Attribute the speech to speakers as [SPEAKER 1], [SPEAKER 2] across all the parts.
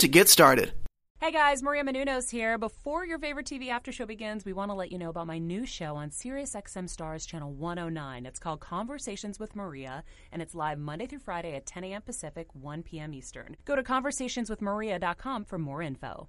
[SPEAKER 1] to get started.
[SPEAKER 2] Hey guys, Maria Menounos here. Before your favorite TV after show begins, we want to let you know about my new show on SiriusXM Stars Channel 109. It's called Conversations with Maria, and it's live Monday through Friday at 10 a.m. Pacific, 1 p.m. Eastern. Go to conversationswithmaria.com for more info.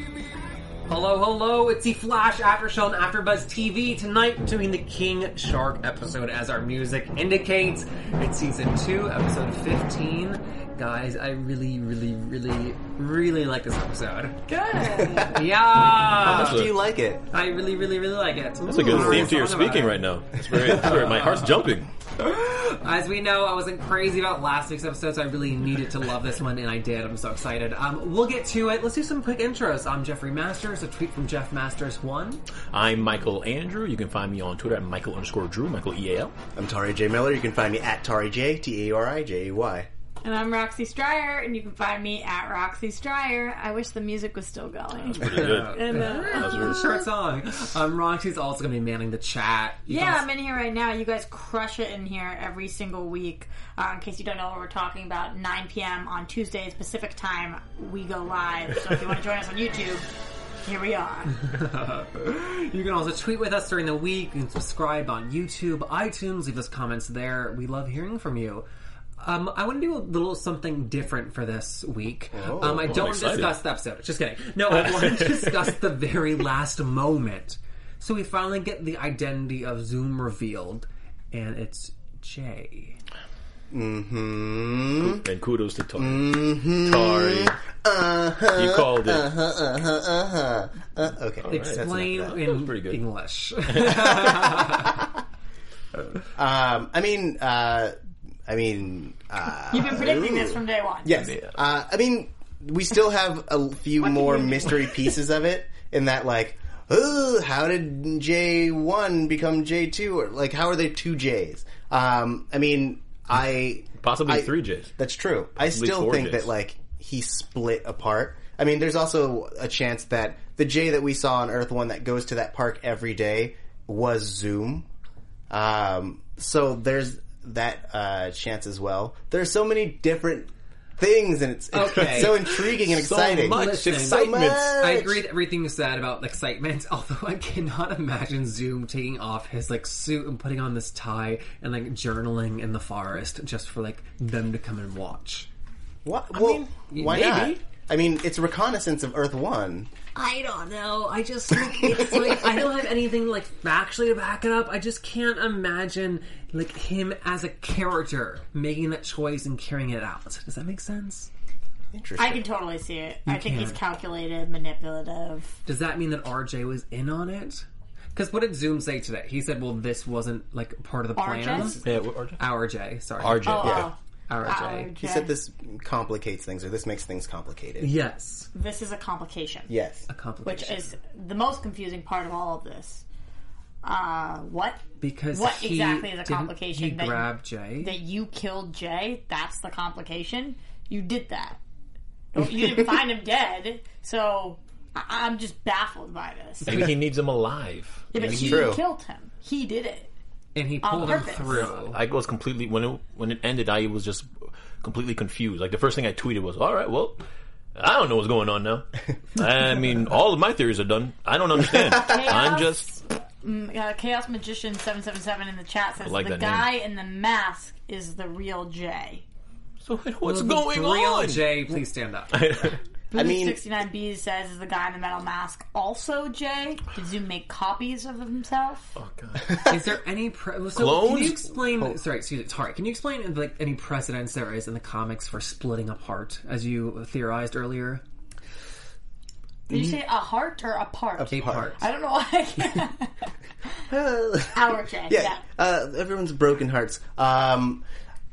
[SPEAKER 3] Hello, hello! It's the Flash After Show on AfterBuzz TV. Tonight, we're doing the King Shark episode, as our music indicates. It's season two, episode fifteen. Guys, I really, really, really, really like this episode. Good. yeah,
[SPEAKER 4] do you like it?
[SPEAKER 3] I really, really, really like it. That's
[SPEAKER 5] It's a good theme to your speaking right now. It's very, it's very- my heart's jumping.
[SPEAKER 3] As we know, I wasn't crazy about last week's episode, so I really needed to love this one, and I did. I'm so excited. Um, we'll get to it. Let's do some quick intros. I'm Jeffrey Masters. A tweet from Jeff Masters one.
[SPEAKER 5] I'm Michael Andrew. You can find me on Twitter at Michael underscore Drew, Michael E A L.
[SPEAKER 4] I'm Tari J. Miller. You can find me at Tari J, T A R I J A Y.
[SPEAKER 6] And I'm Roxy Stryer, and you can find me at Roxy Stryer. I wish the music was still going.
[SPEAKER 5] Pretty good.
[SPEAKER 6] And, uh,
[SPEAKER 3] Short song. Um, Roxy's also going to be manning the chat. You
[SPEAKER 6] yeah,
[SPEAKER 3] can-
[SPEAKER 6] I'm in here right now. You guys crush it in here every single week. Uh, in case you don't know what we're talking about, 9 p.m. on Tuesdays Pacific time, we go live. So if you want to join us on YouTube, here we are.
[SPEAKER 3] you can also tweet with us during the week. You can subscribe on YouTube, iTunes. Leave us comments there. We love hearing from you. Um, I want to do a little something different for this week.
[SPEAKER 4] Oh,
[SPEAKER 3] um, I don't
[SPEAKER 5] excited.
[SPEAKER 3] discuss the episode. Just kidding. No, I want to discuss the very last moment. So we finally get the identity of Zoom revealed, and it's Jay.
[SPEAKER 4] Mm-hmm.
[SPEAKER 5] And kudos to Tari. Tari. You called it.
[SPEAKER 4] Uh-huh, uh-huh. Uh, okay. that's enough
[SPEAKER 3] Explain
[SPEAKER 4] of that.
[SPEAKER 3] in
[SPEAKER 5] pretty good.
[SPEAKER 3] English.
[SPEAKER 4] Um, I mean, uh, I mean, uh,
[SPEAKER 6] You've been predicting this from day one.
[SPEAKER 4] yes. Uh, I mean, we still have a few more mystery pieces of it in that, like, oh, how did J1 become J2? Or, like, how are there two Js? Um, I mean, I...
[SPEAKER 5] Possibly
[SPEAKER 4] I-
[SPEAKER 5] three J's.
[SPEAKER 4] That's true. I still
[SPEAKER 5] four
[SPEAKER 4] think
[SPEAKER 5] J's.
[SPEAKER 4] that like he split apart. I mean, there's also a chance that the J that we saw on Earth One that goes to that park every day was Zoom. Um, so there's that uh, chance as well. There's so many different things, and it's, it's
[SPEAKER 3] Okay.
[SPEAKER 4] so intriguing and
[SPEAKER 5] So
[SPEAKER 4] exciting.
[SPEAKER 5] much
[SPEAKER 3] Listen,
[SPEAKER 5] excitement.
[SPEAKER 4] So much.
[SPEAKER 3] I agree with everything you said about excitement, although I cannot imagine Zoom taking off his like suit and putting on this tie and like journaling in the forest just for like them to come and watch.
[SPEAKER 4] Wha- well, why
[SPEAKER 3] maybe.
[SPEAKER 4] not? I mean, it's reconnaissance of Earth One.
[SPEAKER 3] I don't know. I just like, it's like I don't have anything like factually to back it up. I just can't imagine like him as a character making that choice and carrying it out. Does that make sense?
[SPEAKER 4] Interesting.
[SPEAKER 6] I can totally see it. I think he's calculated, manipulative.
[SPEAKER 3] Does that mean that RJ was in on it? Because what did Zoom say today? He said, "Well, this wasn't like part of the
[SPEAKER 6] RJ?
[SPEAKER 3] plan."
[SPEAKER 5] Yeah, what- RJ.
[SPEAKER 3] Our J, sorry.
[SPEAKER 5] RJ. yeah.
[SPEAKER 6] Oh,
[SPEAKER 3] Our J.
[SPEAKER 4] He said this complicates things, or this makes things complicated.
[SPEAKER 3] Yes.
[SPEAKER 6] This is a complication.
[SPEAKER 4] Yes.
[SPEAKER 6] which is the most confusing part of all of this. Uh, what
[SPEAKER 3] because
[SPEAKER 6] what
[SPEAKER 3] he
[SPEAKER 6] exactly is a
[SPEAKER 3] didn't-
[SPEAKER 6] complication
[SPEAKER 3] He
[SPEAKER 6] that-
[SPEAKER 3] grabbed Jay.
[SPEAKER 6] that you killed Jay? That's the complication. You did that. You didn't find him dead, so I- I'm just baffled by this.
[SPEAKER 5] Maybe he needs him alive.
[SPEAKER 6] Yeah, but
[SPEAKER 4] it's
[SPEAKER 6] you
[SPEAKER 4] true.
[SPEAKER 6] killed him. He did it.
[SPEAKER 3] and he
[SPEAKER 6] on
[SPEAKER 3] pulled him
[SPEAKER 6] purpose.
[SPEAKER 3] through.
[SPEAKER 5] I was completely when it when it ended. I was just completely confused. Like the first thing I tweeted was, "All right, well, I don't know what's going on now. I mean, all of my theories are done. I don't understand. I'm just
[SPEAKER 6] Mm, uh, Chaos Magician seven seven seven in the chat says
[SPEAKER 5] like
[SPEAKER 6] the
[SPEAKER 5] that name.
[SPEAKER 6] guy in the mask is the real Jay.
[SPEAKER 5] so what's going
[SPEAKER 3] Real
[SPEAKER 5] on?
[SPEAKER 3] Jay, please stand up.
[SPEAKER 4] I mean,
[SPEAKER 6] Sixty nine B says is the guy in the metal mask also Jay? Did Zoom make copies of himself?
[SPEAKER 5] Oh, God.
[SPEAKER 3] Is there any pre- so Can
[SPEAKER 5] Clones?
[SPEAKER 3] you explain? Sorry, excuse me. Sorry. Can you explain like any precedents there is in the comics for splitting apart, as you theorized earlier?
[SPEAKER 6] Did you say a heart or a part?
[SPEAKER 3] A part.
[SPEAKER 6] I don't know why. I can't. Our Jay. Yeah.
[SPEAKER 4] yeah, uh, everyone's broken hearts. Um,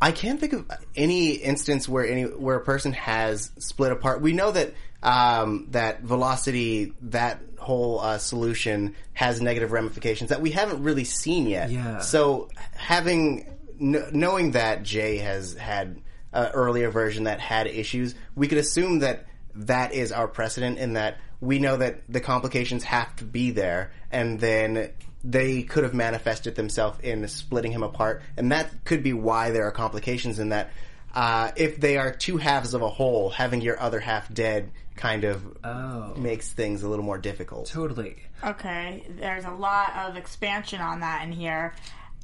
[SPEAKER 4] I can't think of any instance where any where a person has split apart. We know that um, that velocity, that whole uh, solution, has negative ramifications that we haven't really seen yet.
[SPEAKER 3] Yeah.
[SPEAKER 4] So having kn- knowing that Jay has had an earlier version that had issues, we could assume that that is our precedent in that we know that the complications have to be there, and then they could have manifested themselves in splitting him apart, and that could be why there are complications in that. Uh, if they are two halves of a whole, having your other half dead kind of
[SPEAKER 3] Uh,
[SPEAKER 4] makes things a little more difficult.
[SPEAKER 3] Oh, Totally.
[SPEAKER 6] Okay, there's a lot of expansion on that in here.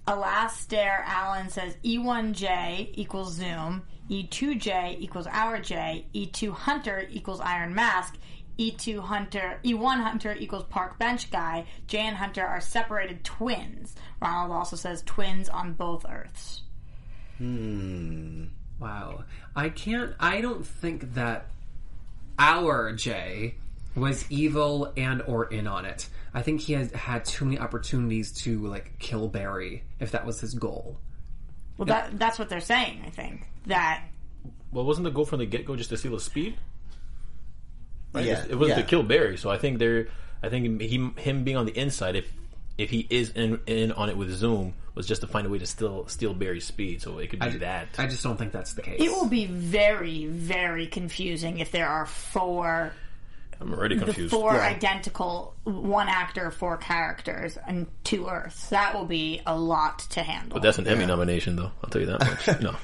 [SPEAKER 6] Alastair Allen says E1J equals Zoom, E2J equals Our J, E2 Hunter equals Iron Mask, E2 Hunter, E1 Hunter equals Park Bench Guy, J and Hunter are separated twins. Ronald also says twins on both Earths.
[SPEAKER 3] Wow. I can't. I don't think that our Jay was evil and or in on it. I think he has had too many opportunities to like kill Barry if that was his goal.
[SPEAKER 6] Well, that, that's what they're saying, I think. That
[SPEAKER 5] Well, wasn't the goal from the get go just to steal his speed? Right?
[SPEAKER 4] Yeah,
[SPEAKER 5] It was
[SPEAKER 4] yeah.
[SPEAKER 5] to kill Barry. So I think there, I think he, him being on the inside, if if he is in, in on it with Zoom, was just to find a way to steal steal Barry's speed. So it could be that.
[SPEAKER 3] I just don't think that's the case.
[SPEAKER 6] it will be very, very confusing if there are four
[SPEAKER 5] I'm already confused.
[SPEAKER 6] four identical one actor, four characters, and two Earths. That will be a lot to handle.
[SPEAKER 5] But that's an Emmy nomination, though. I'll tell you that much. no.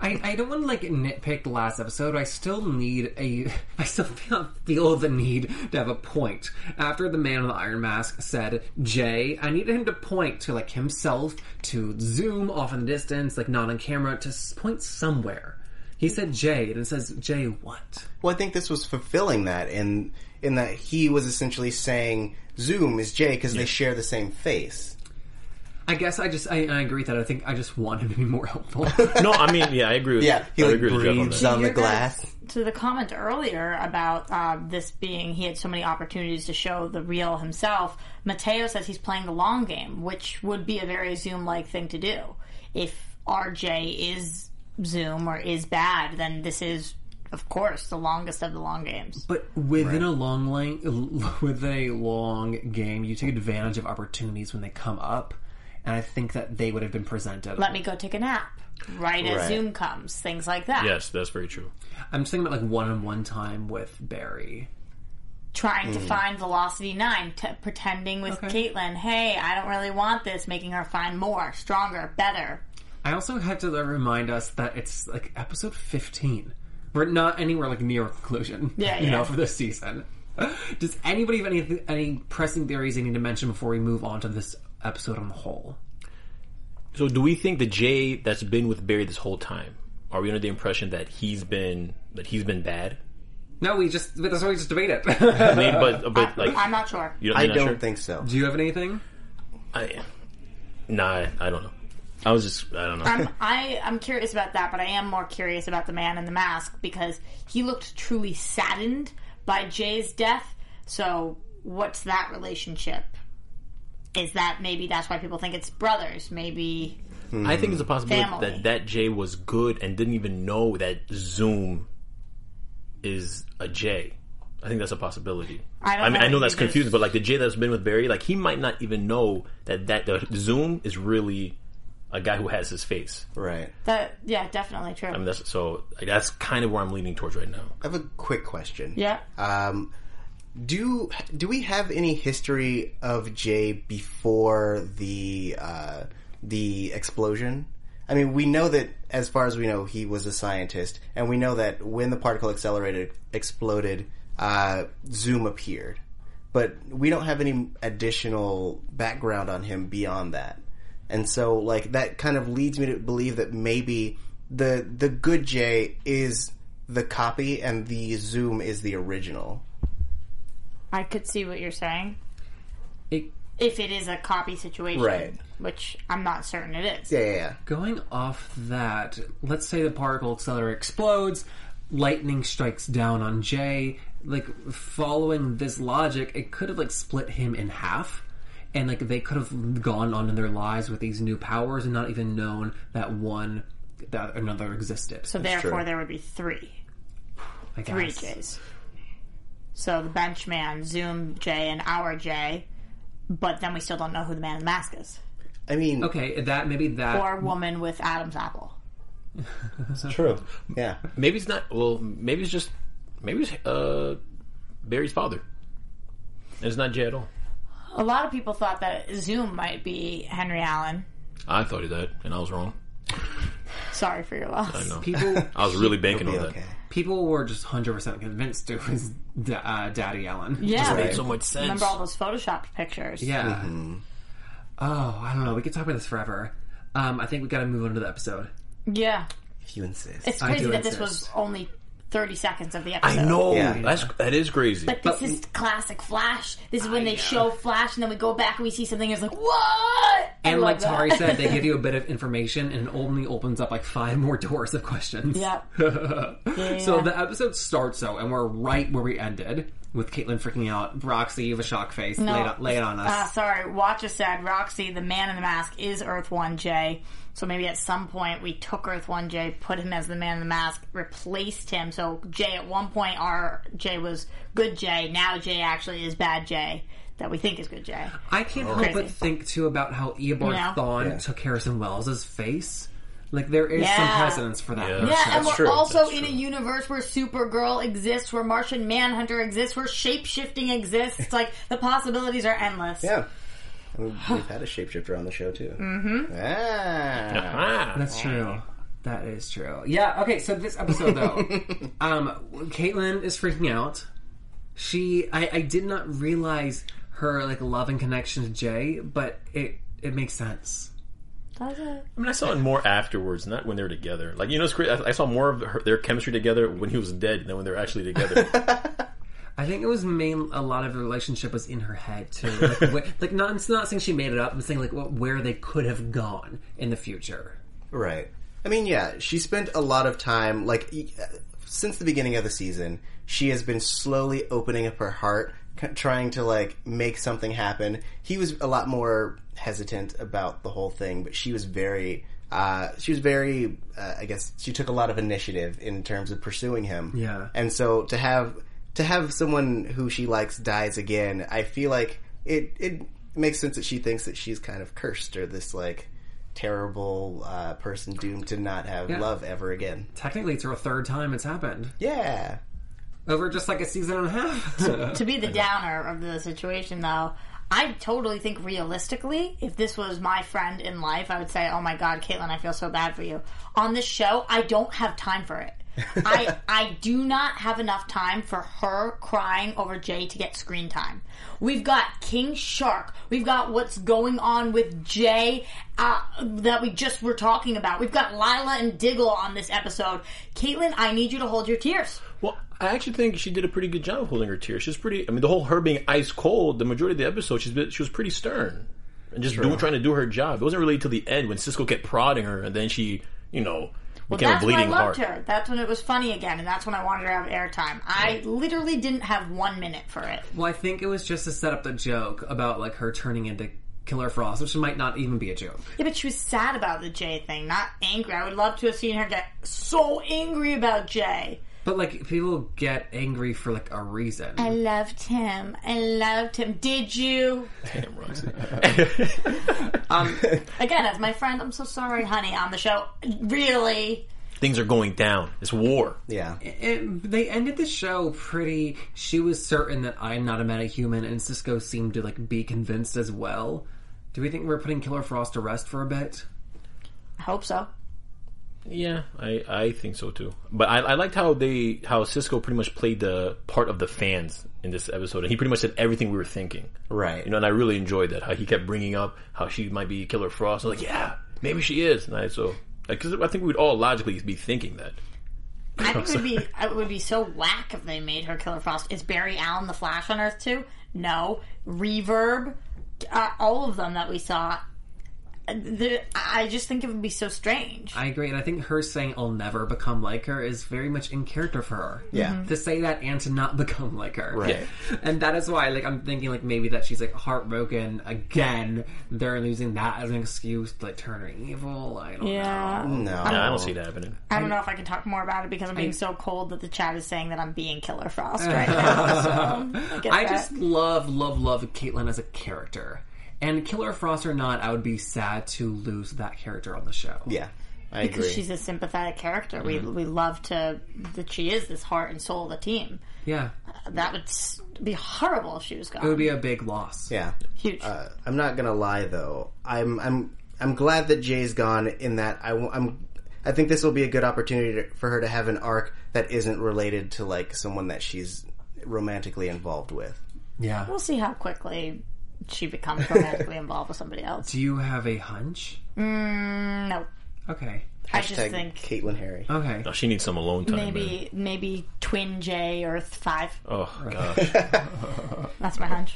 [SPEAKER 3] I, I don't want to like nitpick the last episode. but I still need a. I still feel, feel the need to have a point. After the man in the iron mask said Jay, I needed him to point to like himself, to zoom off in the distance, like not on camera, to s- point somewhere. He said Jay, and it says Jay what?
[SPEAKER 4] Well, I think this was fulfilling that in in that he was essentially saying Zoom is Jay because they share the same face.
[SPEAKER 3] I guess I just I, I agree with that. I think I just want him to be more helpful.
[SPEAKER 5] No, I mean, yeah, I agree with
[SPEAKER 4] Yeah, he
[SPEAKER 5] I
[SPEAKER 4] like
[SPEAKER 5] agree with Jeff on
[SPEAKER 4] breathes
[SPEAKER 5] that.
[SPEAKER 4] on, the
[SPEAKER 6] You're gonna-
[SPEAKER 4] glass.
[SPEAKER 6] to the comment earlier about uh, this being he had so many opportunities to show the real himself, Mateo says he's playing the long game, which would be a very Zoom like thing to do. If RJ is Zoom or is bad, then this is, of course, the longest of the long games.
[SPEAKER 3] But within a long lane, within a long game, you take advantage of opportunities when they come up, and I think that they would have been presented.
[SPEAKER 6] Let me go take a nap. Right as
[SPEAKER 4] Right.
[SPEAKER 6] Zoom comes, things like that.
[SPEAKER 5] Yes, that's very true.
[SPEAKER 3] I'm just thinking about like one-on-one time with Barry.
[SPEAKER 6] trying
[SPEAKER 5] Mm-hmm.
[SPEAKER 6] to find Velocity 9, t- pretending with Caitlin, hey, I don't really want this, making her find more, stronger, better.
[SPEAKER 3] I also have to remind us that it's like episode 15. We're not anywhere like near a conclusion.
[SPEAKER 6] Yeah,
[SPEAKER 3] you
[SPEAKER 6] yeah.
[SPEAKER 3] know, for this season. Does anybody have any any pressing theories they need to mention before we move on to this episode on the whole?
[SPEAKER 5] So, do we think the Jay that's been with Barry this whole time? Are we under the impression that he's been that he's been bad?
[SPEAKER 3] No, we just but that's why we just debate it.
[SPEAKER 5] I mean, but but like
[SPEAKER 6] I'm not sure.
[SPEAKER 5] you
[SPEAKER 4] I
[SPEAKER 5] you're not
[SPEAKER 4] don't
[SPEAKER 5] sure?
[SPEAKER 4] think so.
[SPEAKER 3] Do you have anything?
[SPEAKER 5] I, nah, I don't know. I was just I don't know.
[SPEAKER 6] I'm, I, I'm curious about that, but I am more curious about the man in the mask because he looked truly saddened by Jay's death. So, what's that relationship? Is that maybe that's why people think it's brothers? Maybe
[SPEAKER 5] I think it's a possibility
[SPEAKER 6] Family.
[SPEAKER 5] that that Jay was good and didn't even know that Zoom is a Jay. I think that's a possibility.
[SPEAKER 6] I don't
[SPEAKER 5] mean,
[SPEAKER 6] know
[SPEAKER 5] I know
[SPEAKER 6] if
[SPEAKER 5] that's
[SPEAKER 6] it is.
[SPEAKER 5] confusing, but like the Jay that's been with Barry, like he might not even know that that the Zoom is really a guy who has his face.
[SPEAKER 4] Right.
[SPEAKER 6] that. Yeah, definitely true.
[SPEAKER 5] I mean, that's so like, that's kind of where I'm leaning towards right now.
[SPEAKER 4] I have a quick question.
[SPEAKER 6] yeah.
[SPEAKER 4] Um, do do we have any history of Jay before the uh, the explosion? I mean, we know that as far as we know, he was a scientist, and we know that when the particle accelerator exploded, uh, Zoom appeared. But we don't have any additional background on him beyond that, and so like that kind of leads me to believe that maybe the the good Jay is the copy and the Zoom is the original.
[SPEAKER 6] I could see what you're saying.
[SPEAKER 3] It-
[SPEAKER 6] if it is a copy situation,
[SPEAKER 4] Right.
[SPEAKER 6] Which I'm not certain it is.
[SPEAKER 4] Yeah, yeah, yeah.
[SPEAKER 3] Going off that, let's say the particle accelerator explodes, lightning strikes down on Jay. Like following this logic, it could have like split him in half. And like they could have gone on in their lives with these new powers and not even known that one that another existed.
[SPEAKER 6] So therefore, there would be three,
[SPEAKER 3] I
[SPEAKER 6] three
[SPEAKER 3] guess.
[SPEAKER 6] J's. So the Benchman, Zoom J, and our J, but then we still don't know who the Man in the Mask is,
[SPEAKER 4] I mean,
[SPEAKER 3] Okay, that maybe that
[SPEAKER 6] or woman with Adam's apple.
[SPEAKER 4] true. Yeah,
[SPEAKER 5] Maybe it's not. Well, maybe it's just maybe it's uh, Barry's father. And it's not Jay at all.
[SPEAKER 6] A lot of people thought that Zoom might be Henry Allen.
[SPEAKER 5] I thought of that, and I was wrong.
[SPEAKER 6] Sorry for your loss.
[SPEAKER 5] I know.
[SPEAKER 3] people
[SPEAKER 5] I was really banking on that.
[SPEAKER 4] okay.
[SPEAKER 3] people were just hundred percent convinced it was da- uh, Daddy Allen.
[SPEAKER 6] Yeah,
[SPEAKER 5] Made so much sense.
[SPEAKER 6] remember all those photoshopped pictures?
[SPEAKER 3] Yeah. Oh, I don't know. We could talk about this forever. Um, I think we got to move on to the episode.
[SPEAKER 6] yeah.
[SPEAKER 4] If you insist.
[SPEAKER 6] It's
[SPEAKER 3] I
[SPEAKER 6] crazy
[SPEAKER 3] do
[SPEAKER 6] that this was
[SPEAKER 3] insist.
[SPEAKER 6] only 30 seconds of the
[SPEAKER 5] I
[SPEAKER 6] episode.
[SPEAKER 5] know.
[SPEAKER 4] Yeah.
[SPEAKER 5] That's that is crazy.
[SPEAKER 6] But this is classic Flash. This is when they show Flash, and then we go back and we see something. And it's like, what? I
[SPEAKER 3] And
[SPEAKER 6] love
[SPEAKER 3] like
[SPEAKER 6] that.
[SPEAKER 3] Tari said, they give you a bit of information and it only opens up like five more doors of questions.
[SPEAKER 6] Yep.
[SPEAKER 3] So the episode starts though, and we're right where we ended with Caitlin freaking out. Roxy, you have a shock face. Lay, it, lay it on
[SPEAKER 6] Uh,
[SPEAKER 3] us.
[SPEAKER 6] sorry, Watcha said Roxy, the man in the mask, is Earth 1J. So maybe at some point we took Earth 1J, put him as the man in the mask, replaced him. So J at one point, our J was good J. Now J actually is bad J that we think is good J.
[SPEAKER 3] I can't help but think too about how Eobard
[SPEAKER 6] Yeah.
[SPEAKER 3] Thawne took Harrison Wells' face. Like there is some
[SPEAKER 6] Yeah.
[SPEAKER 3] precedence for that.
[SPEAKER 5] Yeah.
[SPEAKER 3] person.
[SPEAKER 6] Yeah, and we're
[SPEAKER 5] true.
[SPEAKER 6] also
[SPEAKER 5] That's
[SPEAKER 6] in a
[SPEAKER 5] true.
[SPEAKER 6] universe where Supergirl exists, where Martian Manhunter exists, where shapeshifting exists. It's like the possibilities are endless.
[SPEAKER 4] Yeah. I mean, we've had a shapeshifter on the show too. Mm-hmm. Ah.
[SPEAKER 5] ah,
[SPEAKER 3] That's true. That is true. Yeah. Okay. So this episode, though, um, Caitlyn is freaking out. She, I, I did not realize her like love and connection to Jay, but it it makes sense.
[SPEAKER 6] Does it?
[SPEAKER 5] I mean, I saw it more afterwards, not when they were together. Like you know, it's crazy. I, I saw more of her, their chemistry together when he was dead than when they were actually together.
[SPEAKER 3] I think it was main. A lot of the relationship was in her head too. Like, where, like not, I'm not saying she made it up. I'm saying like what, where they could have gone in the future.
[SPEAKER 4] Right. I mean, yeah, she spent a lot of time, like, e- uh, since the beginning of the season, she has been slowly opening up her heart, c- trying to, like, make something happen. He was a lot more hesitant about the whole thing, but she was very, uh, she was very, uh, I guess, she took a lot of initiative in terms of pursuing him.
[SPEAKER 3] Yeah.
[SPEAKER 4] And so to have, to have someone who she likes dies again, I feel like it, it makes sense that she thinks that she's kind of cursed or this, like, terrible uh, person doomed to not have love ever again.
[SPEAKER 3] Technically, it's her third time it's happened
[SPEAKER 4] Yeah.
[SPEAKER 3] over just like a season and a half.
[SPEAKER 6] To be the downer of the situation, though, I totally think realistically, if this was my friend in life, I would say, "Oh my God, Caitlin, I feel so bad for you." On this show, I don't have time for it. I I do not have enough time for her crying over Jay to get screen time. We've got King Shark. We've got what's going on with Jay uh, that we just were talking about. We've got Lila and Diggle on this episode. Caitlin, I need you to hold your tears.
[SPEAKER 5] Well, I actually think she did a pretty good job of holding her tears. She was pretty. I mean, the whole her being ice cold, the majority of the episode, she's been, she was pretty stern and just doing, trying to do her job. It wasn't really till the end when Cisco kept prodding her, and then she, you know, became
[SPEAKER 6] That's
[SPEAKER 5] a
[SPEAKER 6] when I
[SPEAKER 5] bleeding
[SPEAKER 6] loved
[SPEAKER 5] heart.
[SPEAKER 6] her. That's when it was funny again, and that's when I wanted her to have airtime. I literally didn't have one minute for it.
[SPEAKER 3] Well, I think it was just to set up the joke about like her turning into Killer Frost, which might not even be a joke.
[SPEAKER 6] Yeah, but she was sad about the Jay thing, not angry. I would love to have seen her get so angry about Jay.
[SPEAKER 3] But like people get angry for like a reason.
[SPEAKER 6] I loved him. I loved him. Did you?
[SPEAKER 5] Damn, Roxy.
[SPEAKER 6] Again, as my friend, I'm so sorry, honey, on the show. Really?
[SPEAKER 5] Things are going down. It's war.
[SPEAKER 4] Yeah.
[SPEAKER 3] It, they ended the show pretty. She was certain that I'm not a metahuman, and Cisco seemed to like be convinced as well. Do we think we're putting Killer Frost to rest for a bit?
[SPEAKER 6] I hope so.
[SPEAKER 5] Yeah, I, I think so too. But I, I liked how they how Cisco pretty much played the part of the fans in this episode, and he pretty much said everything we were thinking.
[SPEAKER 4] Right.
[SPEAKER 5] You know, and I really enjoyed that how he kept bringing up how she might be Killer Frost. I was like, yeah, maybe she is. And I so because I think we'd all logically be thinking that.
[SPEAKER 6] I think it would be it would be so whack if they made her Killer Frost. Is Barry Allen the Flash on Earth too? No. Reverb, uh, all of them that we saw. uh, The, I just think it would be so strange.
[SPEAKER 3] I agree, and I think her saying "I'll never become like her" is very much in character for her.
[SPEAKER 4] Yeah. Mhm.
[SPEAKER 3] to say that and to not become like her.
[SPEAKER 4] Right.
[SPEAKER 3] and that is why, like, I'm thinking, like, maybe that she's like heartbroken again. They're using that as an excuse to like turn her evil. I don't know.
[SPEAKER 4] No.
[SPEAKER 5] Nah, I don't see that happening.
[SPEAKER 6] I don't know if I can talk more about it because I'm being so cold that the chat is saying that I'm being Killer Frost right now. So I, get
[SPEAKER 3] I
[SPEAKER 6] that.
[SPEAKER 3] just love, love, love Caitlyn as a character. And Killer Frost or not, I would be sad to lose that character on the show.
[SPEAKER 4] Yeah, I
[SPEAKER 6] because
[SPEAKER 4] agree.
[SPEAKER 6] she's a sympathetic character.
[SPEAKER 3] Mm-hmm.
[SPEAKER 6] We we love to that she is this heart and soul of the team.
[SPEAKER 3] Yeah.
[SPEAKER 6] That would s- be horrible if she was gone.
[SPEAKER 3] It would be a big loss.
[SPEAKER 4] yeah,
[SPEAKER 6] huge.
[SPEAKER 4] Uh, I'm not gonna lie though. I'm I'm I'm glad that Jay's gone. In that I w- I'm I think this will be a good opportunity to, for her to have an arc that isn't related to like someone that she's romantically involved with.
[SPEAKER 3] Yeah.
[SPEAKER 6] we'll see how quickly she becomes romantically involved with somebody else.
[SPEAKER 3] Do you have a hunch?
[SPEAKER 6] No,
[SPEAKER 3] Okay.
[SPEAKER 6] I just
[SPEAKER 4] Tag
[SPEAKER 6] think
[SPEAKER 4] Caitlin Harry.
[SPEAKER 3] Okay.
[SPEAKER 5] No, she needs some alone time. man.
[SPEAKER 6] maybe maybe twin J or th- five.
[SPEAKER 5] Oh gosh.
[SPEAKER 6] That's my hunch.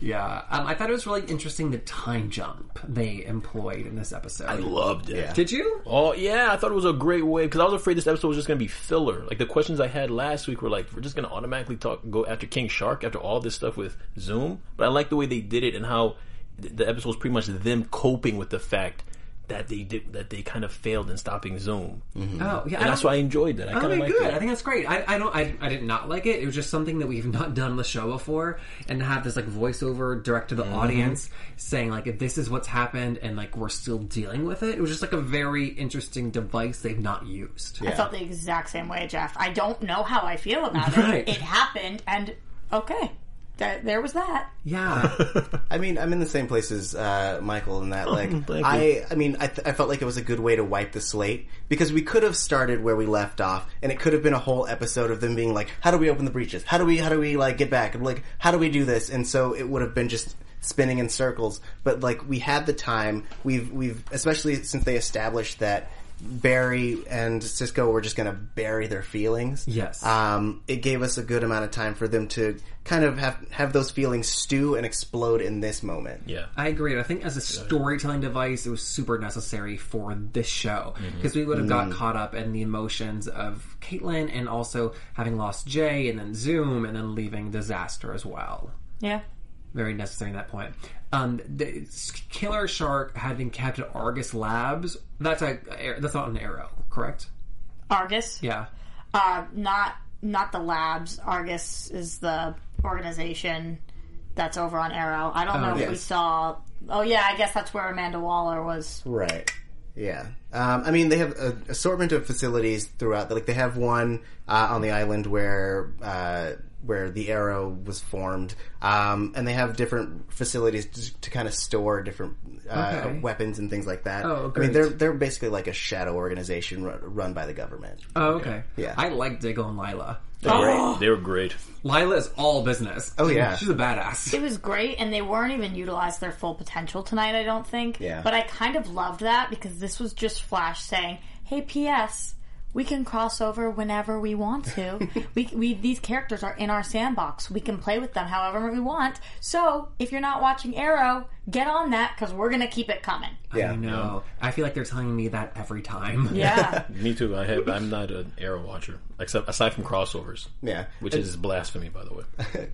[SPEAKER 3] Yeah. Um, I thought it was really interesting the time jump they employed in this episode.
[SPEAKER 5] I loved it.
[SPEAKER 3] Did you?
[SPEAKER 5] Oh yeah, I thought it was a great way because I was afraid this episode was just going to be filler. Like the questions I had last week were like, we're just going to automatically talk go after King Shark after all this stuff with Zoom. But I like the way they did it and how th- the episode was pretty much them coping with the fact that they did that they kind of failed in stopping Zoom,
[SPEAKER 3] Oh, yeah. I
[SPEAKER 5] mm. and that's
[SPEAKER 3] don't-
[SPEAKER 5] why I enjoyed that. I kind of
[SPEAKER 3] Okay,
[SPEAKER 5] liked
[SPEAKER 3] good.
[SPEAKER 5] it.
[SPEAKER 3] I think that's great. I, I don't. I, I did not like it. It was just something that we've not done on the show before, and to have this like voiceover direct to the
[SPEAKER 5] Mm-hmm.
[SPEAKER 3] audience saying like this is what's happened and like we're still dealing with it. It was just like a very interesting device they've not used.
[SPEAKER 6] I felt the exact same way, Jeff. I don't know how I feel about
[SPEAKER 3] Right.
[SPEAKER 6] it. It happened, and okay, there, there was that.
[SPEAKER 3] Yeah.
[SPEAKER 4] I mean, I'm in the same place as uh, Michael in that. Like,
[SPEAKER 5] you.
[SPEAKER 4] I, I mean, I, th- I felt like it was a good way to wipe the slate because we could have started where we left off, and it could have been a whole episode of them being like, "How do we open the breaches? How do we, how do we like get back? And like, how do we do this?" And so it would have been just spinning in circles. But like, we had the time. We've, we've, especially since they established that Barry and Cisco were just going to bury their feelings.
[SPEAKER 3] Yes.
[SPEAKER 5] Ah,
[SPEAKER 4] Um, it gave us a good amount of time for them to kind of have have those feelings stew and explode in this moment.
[SPEAKER 5] yeah,
[SPEAKER 3] I agree. I think as a storytelling device, it was super necessary for this show
[SPEAKER 4] Mm-hmm.
[SPEAKER 3] because we would have got caught up in the emotions of Caitlyn and also having lost Jay and then Zoom and then leaving disaster as well.
[SPEAKER 6] Yeah,
[SPEAKER 3] Very necessary at that point. Um, the killer shark had been kept at Argus Labs. That's a that's not an arrow, correct?
[SPEAKER 6] Argus.
[SPEAKER 3] Yeah.
[SPEAKER 6] Uh, not not the labs. Argus is the organization that's over on Arrow. I don't know if we
[SPEAKER 4] yes.
[SPEAKER 6] saw. Oh yeah, I guess that's where Amanda Waller was.
[SPEAKER 4] Right. Yeah. Um, I mean, they have an assortment of facilities throughout. Like they have one uh, on the island where uh, where the arrow was formed, um, and they have different facilities to, to kind of store different uh,
[SPEAKER 3] Okay.
[SPEAKER 4] weapons and things like that.
[SPEAKER 3] Oh,
[SPEAKER 4] I mean,
[SPEAKER 3] great.
[SPEAKER 4] they're they're basically like a shadow organization run, run by the government.
[SPEAKER 3] Oh, okay.
[SPEAKER 4] Yeah.
[SPEAKER 3] I like Diggle and Lila.
[SPEAKER 5] they
[SPEAKER 3] Oh.
[SPEAKER 5] were, they were great.
[SPEAKER 3] Lila is all business.
[SPEAKER 4] Oh, yeah.
[SPEAKER 3] she's a badass.
[SPEAKER 6] It was great, and they weren't even utilized their full potential tonight. I don't think.
[SPEAKER 4] Yeah.
[SPEAKER 6] But I kind of loved that because this was just Flash saying, "Hey, P.S." We can cross over whenever we want to. we, we these characters are in our sandbox. We can play with them however we want. So if you're not watching Arrow, get on that because we're gonna keep it coming.
[SPEAKER 4] Yeah.
[SPEAKER 3] I know. I feel like they're telling me that every time.
[SPEAKER 6] Yeah.
[SPEAKER 5] Me too. I have. I'm not an arrow watcher, except aside from crossovers.
[SPEAKER 4] Yeah.
[SPEAKER 5] which is blasphemy, by the way,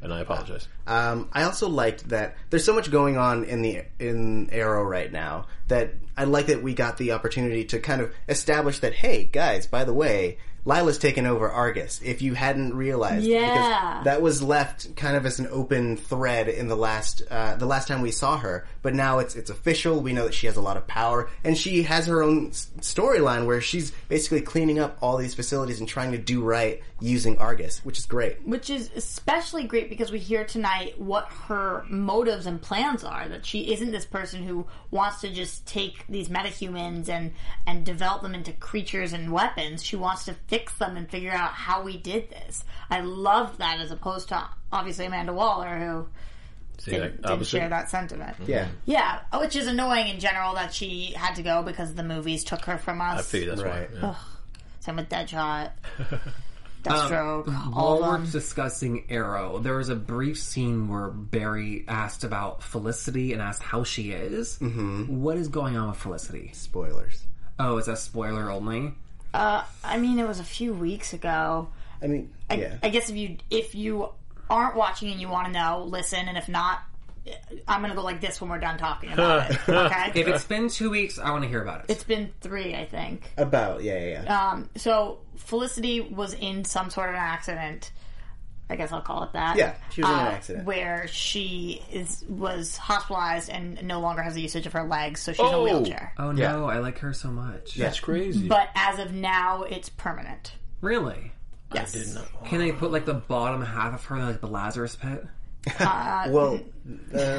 [SPEAKER 5] and I apologize.
[SPEAKER 4] Um, I also liked that there's so much going on in the in Arrow right now that I like that we got the opportunity to kind of establish that hey guys, by the way, Lila's taken over Argus. If you hadn't realized,
[SPEAKER 6] Yeah.
[SPEAKER 4] that was left kind of as an open thread in the last uh, the last time we saw her, but now it's it's official. We know that she has a lot of power, and she has her own s- storyline where she's basically cleaning up all these facilities and trying to do right using Argus, which is great.
[SPEAKER 6] Which is especially great because we hear tonight what her motives and plans are. That she isn't this person who wants to just take these metahumans and and develop them into creatures and weapons. She wants to fix them and figure out how we did this. I love that as opposed to obviously Amanda Waller who
[SPEAKER 5] like,
[SPEAKER 6] didn't, didn't
[SPEAKER 5] opposite. Hmm.
[SPEAKER 6] share that sentiment.
[SPEAKER 4] Yeah.
[SPEAKER 6] Yeah, which is annoying in general that she had to go because the movies took her from us.
[SPEAKER 5] I figured that's
[SPEAKER 4] Right.
[SPEAKER 5] right. why. yeah.
[SPEAKER 6] Same with Deadshot, Deathstroke, all
[SPEAKER 3] While
[SPEAKER 6] of
[SPEAKER 3] we're
[SPEAKER 6] them.
[SPEAKER 3] discussing Arrow, there was a brief scene where Barry asked about Felicity and asked how she is. Mm-hmm. is going on with Felicity?
[SPEAKER 4] Spoilers.
[SPEAKER 3] Oh, is that spoiler only?
[SPEAKER 6] Uh, I mean, it was a few weeks ago.
[SPEAKER 4] I mean, yeah.
[SPEAKER 6] I guess if you if you aren't watching and you want to know, listen. And if not, I'm gonna go like this when we're done talking about it. Okay.
[SPEAKER 3] If it's been two weeks, I want to hear about it.
[SPEAKER 6] it's been three, I think.
[SPEAKER 4] About yeah, yeah, yeah.
[SPEAKER 6] Um, so Felicity was in some sort of an accident. I guess I'll call it that.
[SPEAKER 4] yeah, she was in an
[SPEAKER 6] uh,
[SPEAKER 4] accident.
[SPEAKER 6] where she is was hospitalized and no longer has the usage of her legs, so she's in a
[SPEAKER 5] Oh.
[SPEAKER 6] wheelchair.
[SPEAKER 3] oh
[SPEAKER 4] yeah.
[SPEAKER 3] no, I like her so much.
[SPEAKER 5] That's crazy.
[SPEAKER 6] But as of now, it's permanent.
[SPEAKER 3] Really?
[SPEAKER 6] Yes.
[SPEAKER 5] I did not.
[SPEAKER 3] Can they put like the bottom half of her in, like the Lazarus pit?
[SPEAKER 4] well,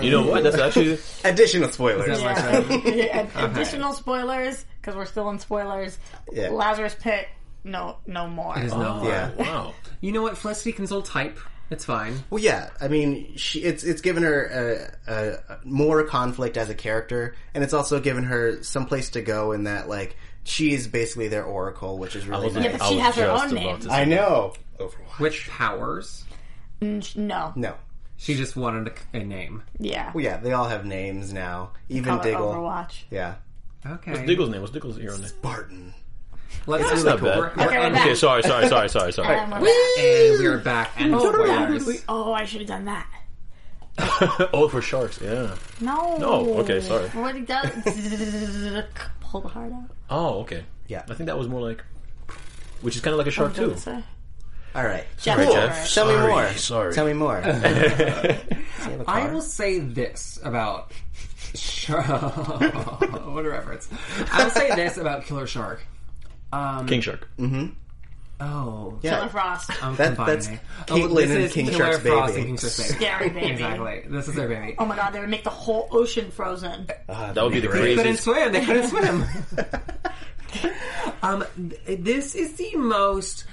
[SPEAKER 5] You know what? That's actually
[SPEAKER 4] additional spoilers.
[SPEAKER 3] Yeah.
[SPEAKER 6] Yeah. Additional spoilers because we're still in spoilers.
[SPEAKER 4] Yeah.
[SPEAKER 6] Lazarus Pit, no, no more.
[SPEAKER 3] There's no.
[SPEAKER 4] Yeah.
[SPEAKER 5] wow.
[SPEAKER 3] You know what? Felicity can still type. It's fine.
[SPEAKER 4] Well, yeah. I mean, she, it's it's given her a, a, a more conflict as a character, and it's also given her some place to go in that like she is basically their oracle, which is really nice.
[SPEAKER 6] Yeah, but she has her own name.
[SPEAKER 4] I know. Overwatch.
[SPEAKER 3] With powers,
[SPEAKER 6] Mm, No,
[SPEAKER 4] No.
[SPEAKER 3] she just wanted a, a name.
[SPEAKER 6] yeah,
[SPEAKER 4] Well, yeah, they all have names now. Even
[SPEAKER 6] Call it
[SPEAKER 4] Diggle.
[SPEAKER 6] Overwatch.
[SPEAKER 4] Yeah.
[SPEAKER 3] Okay.
[SPEAKER 5] Diggle's name. What's Diggle's hero name?
[SPEAKER 4] Barton.
[SPEAKER 3] Let's do
[SPEAKER 5] not
[SPEAKER 3] like,
[SPEAKER 5] bad.
[SPEAKER 3] we're, we're
[SPEAKER 6] Okay, we're
[SPEAKER 3] on-
[SPEAKER 6] back.
[SPEAKER 5] Okay, sorry, sorry, sorry, sorry, sorry.
[SPEAKER 6] And we're
[SPEAKER 3] and we are back. And
[SPEAKER 6] back.
[SPEAKER 3] spoilers.
[SPEAKER 6] Oh, I should have done that.
[SPEAKER 5] oh, for sharks, yeah.
[SPEAKER 6] No.
[SPEAKER 5] No, okay, sorry.
[SPEAKER 6] What he does? Pull the heart out.
[SPEAKER 5] Oh, okay.
[SPEAKER 4] Yeah.
[SPEAKER 5] I think that was more like, which is kind of like a
[SPEAKER 6] Oh,
[SPEAKER 5] shark too.
[SPEAKER 6] Sorry.
[SPEAKER 4] All right.
[SPEAKER 6] Jeff.
[SPEAKER 4] Cool.
[SPEAKER 6] Jeff.
[SPEAKER 4] Tell me
[SPEAKER 5] Sorry,
[SPEAKER 4] more.
[SPEAKER 5] sorry.
[SPEAKER 4] Tell me more. Does he have a
[SPEAKER 3] I
[SPEAKER 4] car?
[SPEAKER 3] will say this about Shark. what a reference! I will say this about Killer Shark. Um,
[SPEAKER 5] King shark.
[SPEAKER 3] Oh,
[SPEAKER 4] Yeah.
[SPEAKER 6] Killer Frost.
[SPEAKER 3] I'm
[SPEAKER 4] That-
[SPEAKER 3] combining
[SPEAKER 4] that's
[SPEAKER 3] it.
[SPEAKER 4] Caitlyn
[SPEAKER 3] Oh, this
[SPEAKER 4] and
[SPEAKER 3] is
[SPEAKER 4] King
[SPEAKER 3] Killer
[SPEAKER 4] Shark's
[SPEAKER 3] Frost
[SPEAKER 4] baby.
[SPEAKER 3] and King Shark's baby.
[SPEAKER 6] Scary baby.
[SPEAKER 3] Exactly. This is their baby.
[SPEAKER 6] Oh my god, they would make the whole ocean frozen.
[SPEAKER 5] That would be the
[SPEAKER 3] They couldn't
[SPEAKER 5] craziest.
[SPEAKER 3] swim. They couldn't swim. um, th- this is the most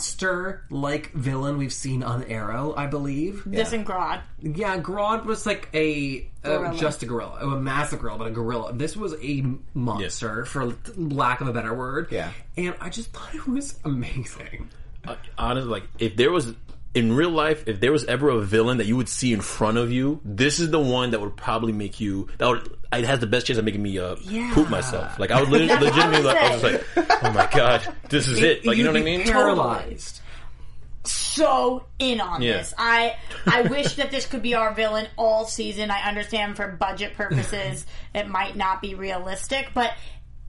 [SPEAKER 3] monster-like villain we've seen on Arrow, I believe.
[SPEAKER 6] This and Grodd.
[SPEAKER 3] Yeah, Grodd was like a uh,
[SPEAKER 6] Gorilla.
[SPEAKER 3] just a gorilla, Oh, a massive gorilla, but a gorilla. This was a monster, for lack of a better word.
[SPEAKER 4] Yeah.
[SPEAKER 3] and I just thought it was amazing.
[SPEAKER 5] Uh, Honestly, like if there was in real life, if there was ever a villain that you would see in front of you, this is the one that would probably make you. That would it has the best chance of making me uh, poop myself. Like I would lit-
[SPEAKER 6] That's what I
[SPEAKER 5] legitimately,
[SPEAKER 6] was
[SPEAKER 5] like, I was
[SPEAKER 6] saying.
[SPEAKER 5] just like, oh my god, this is it. Like you know what I
[SPEAKER 3] You'd be
[SPEAKER 5] mean?
[SPEAKER 3] Paralyzed.
[SPEAKER 6] so in on
[SPEAKER 5] Yeah.
[SPEAKER 6] this. I I wish that this could be our villain all season. I understand for budget purposes it might not be realistic, but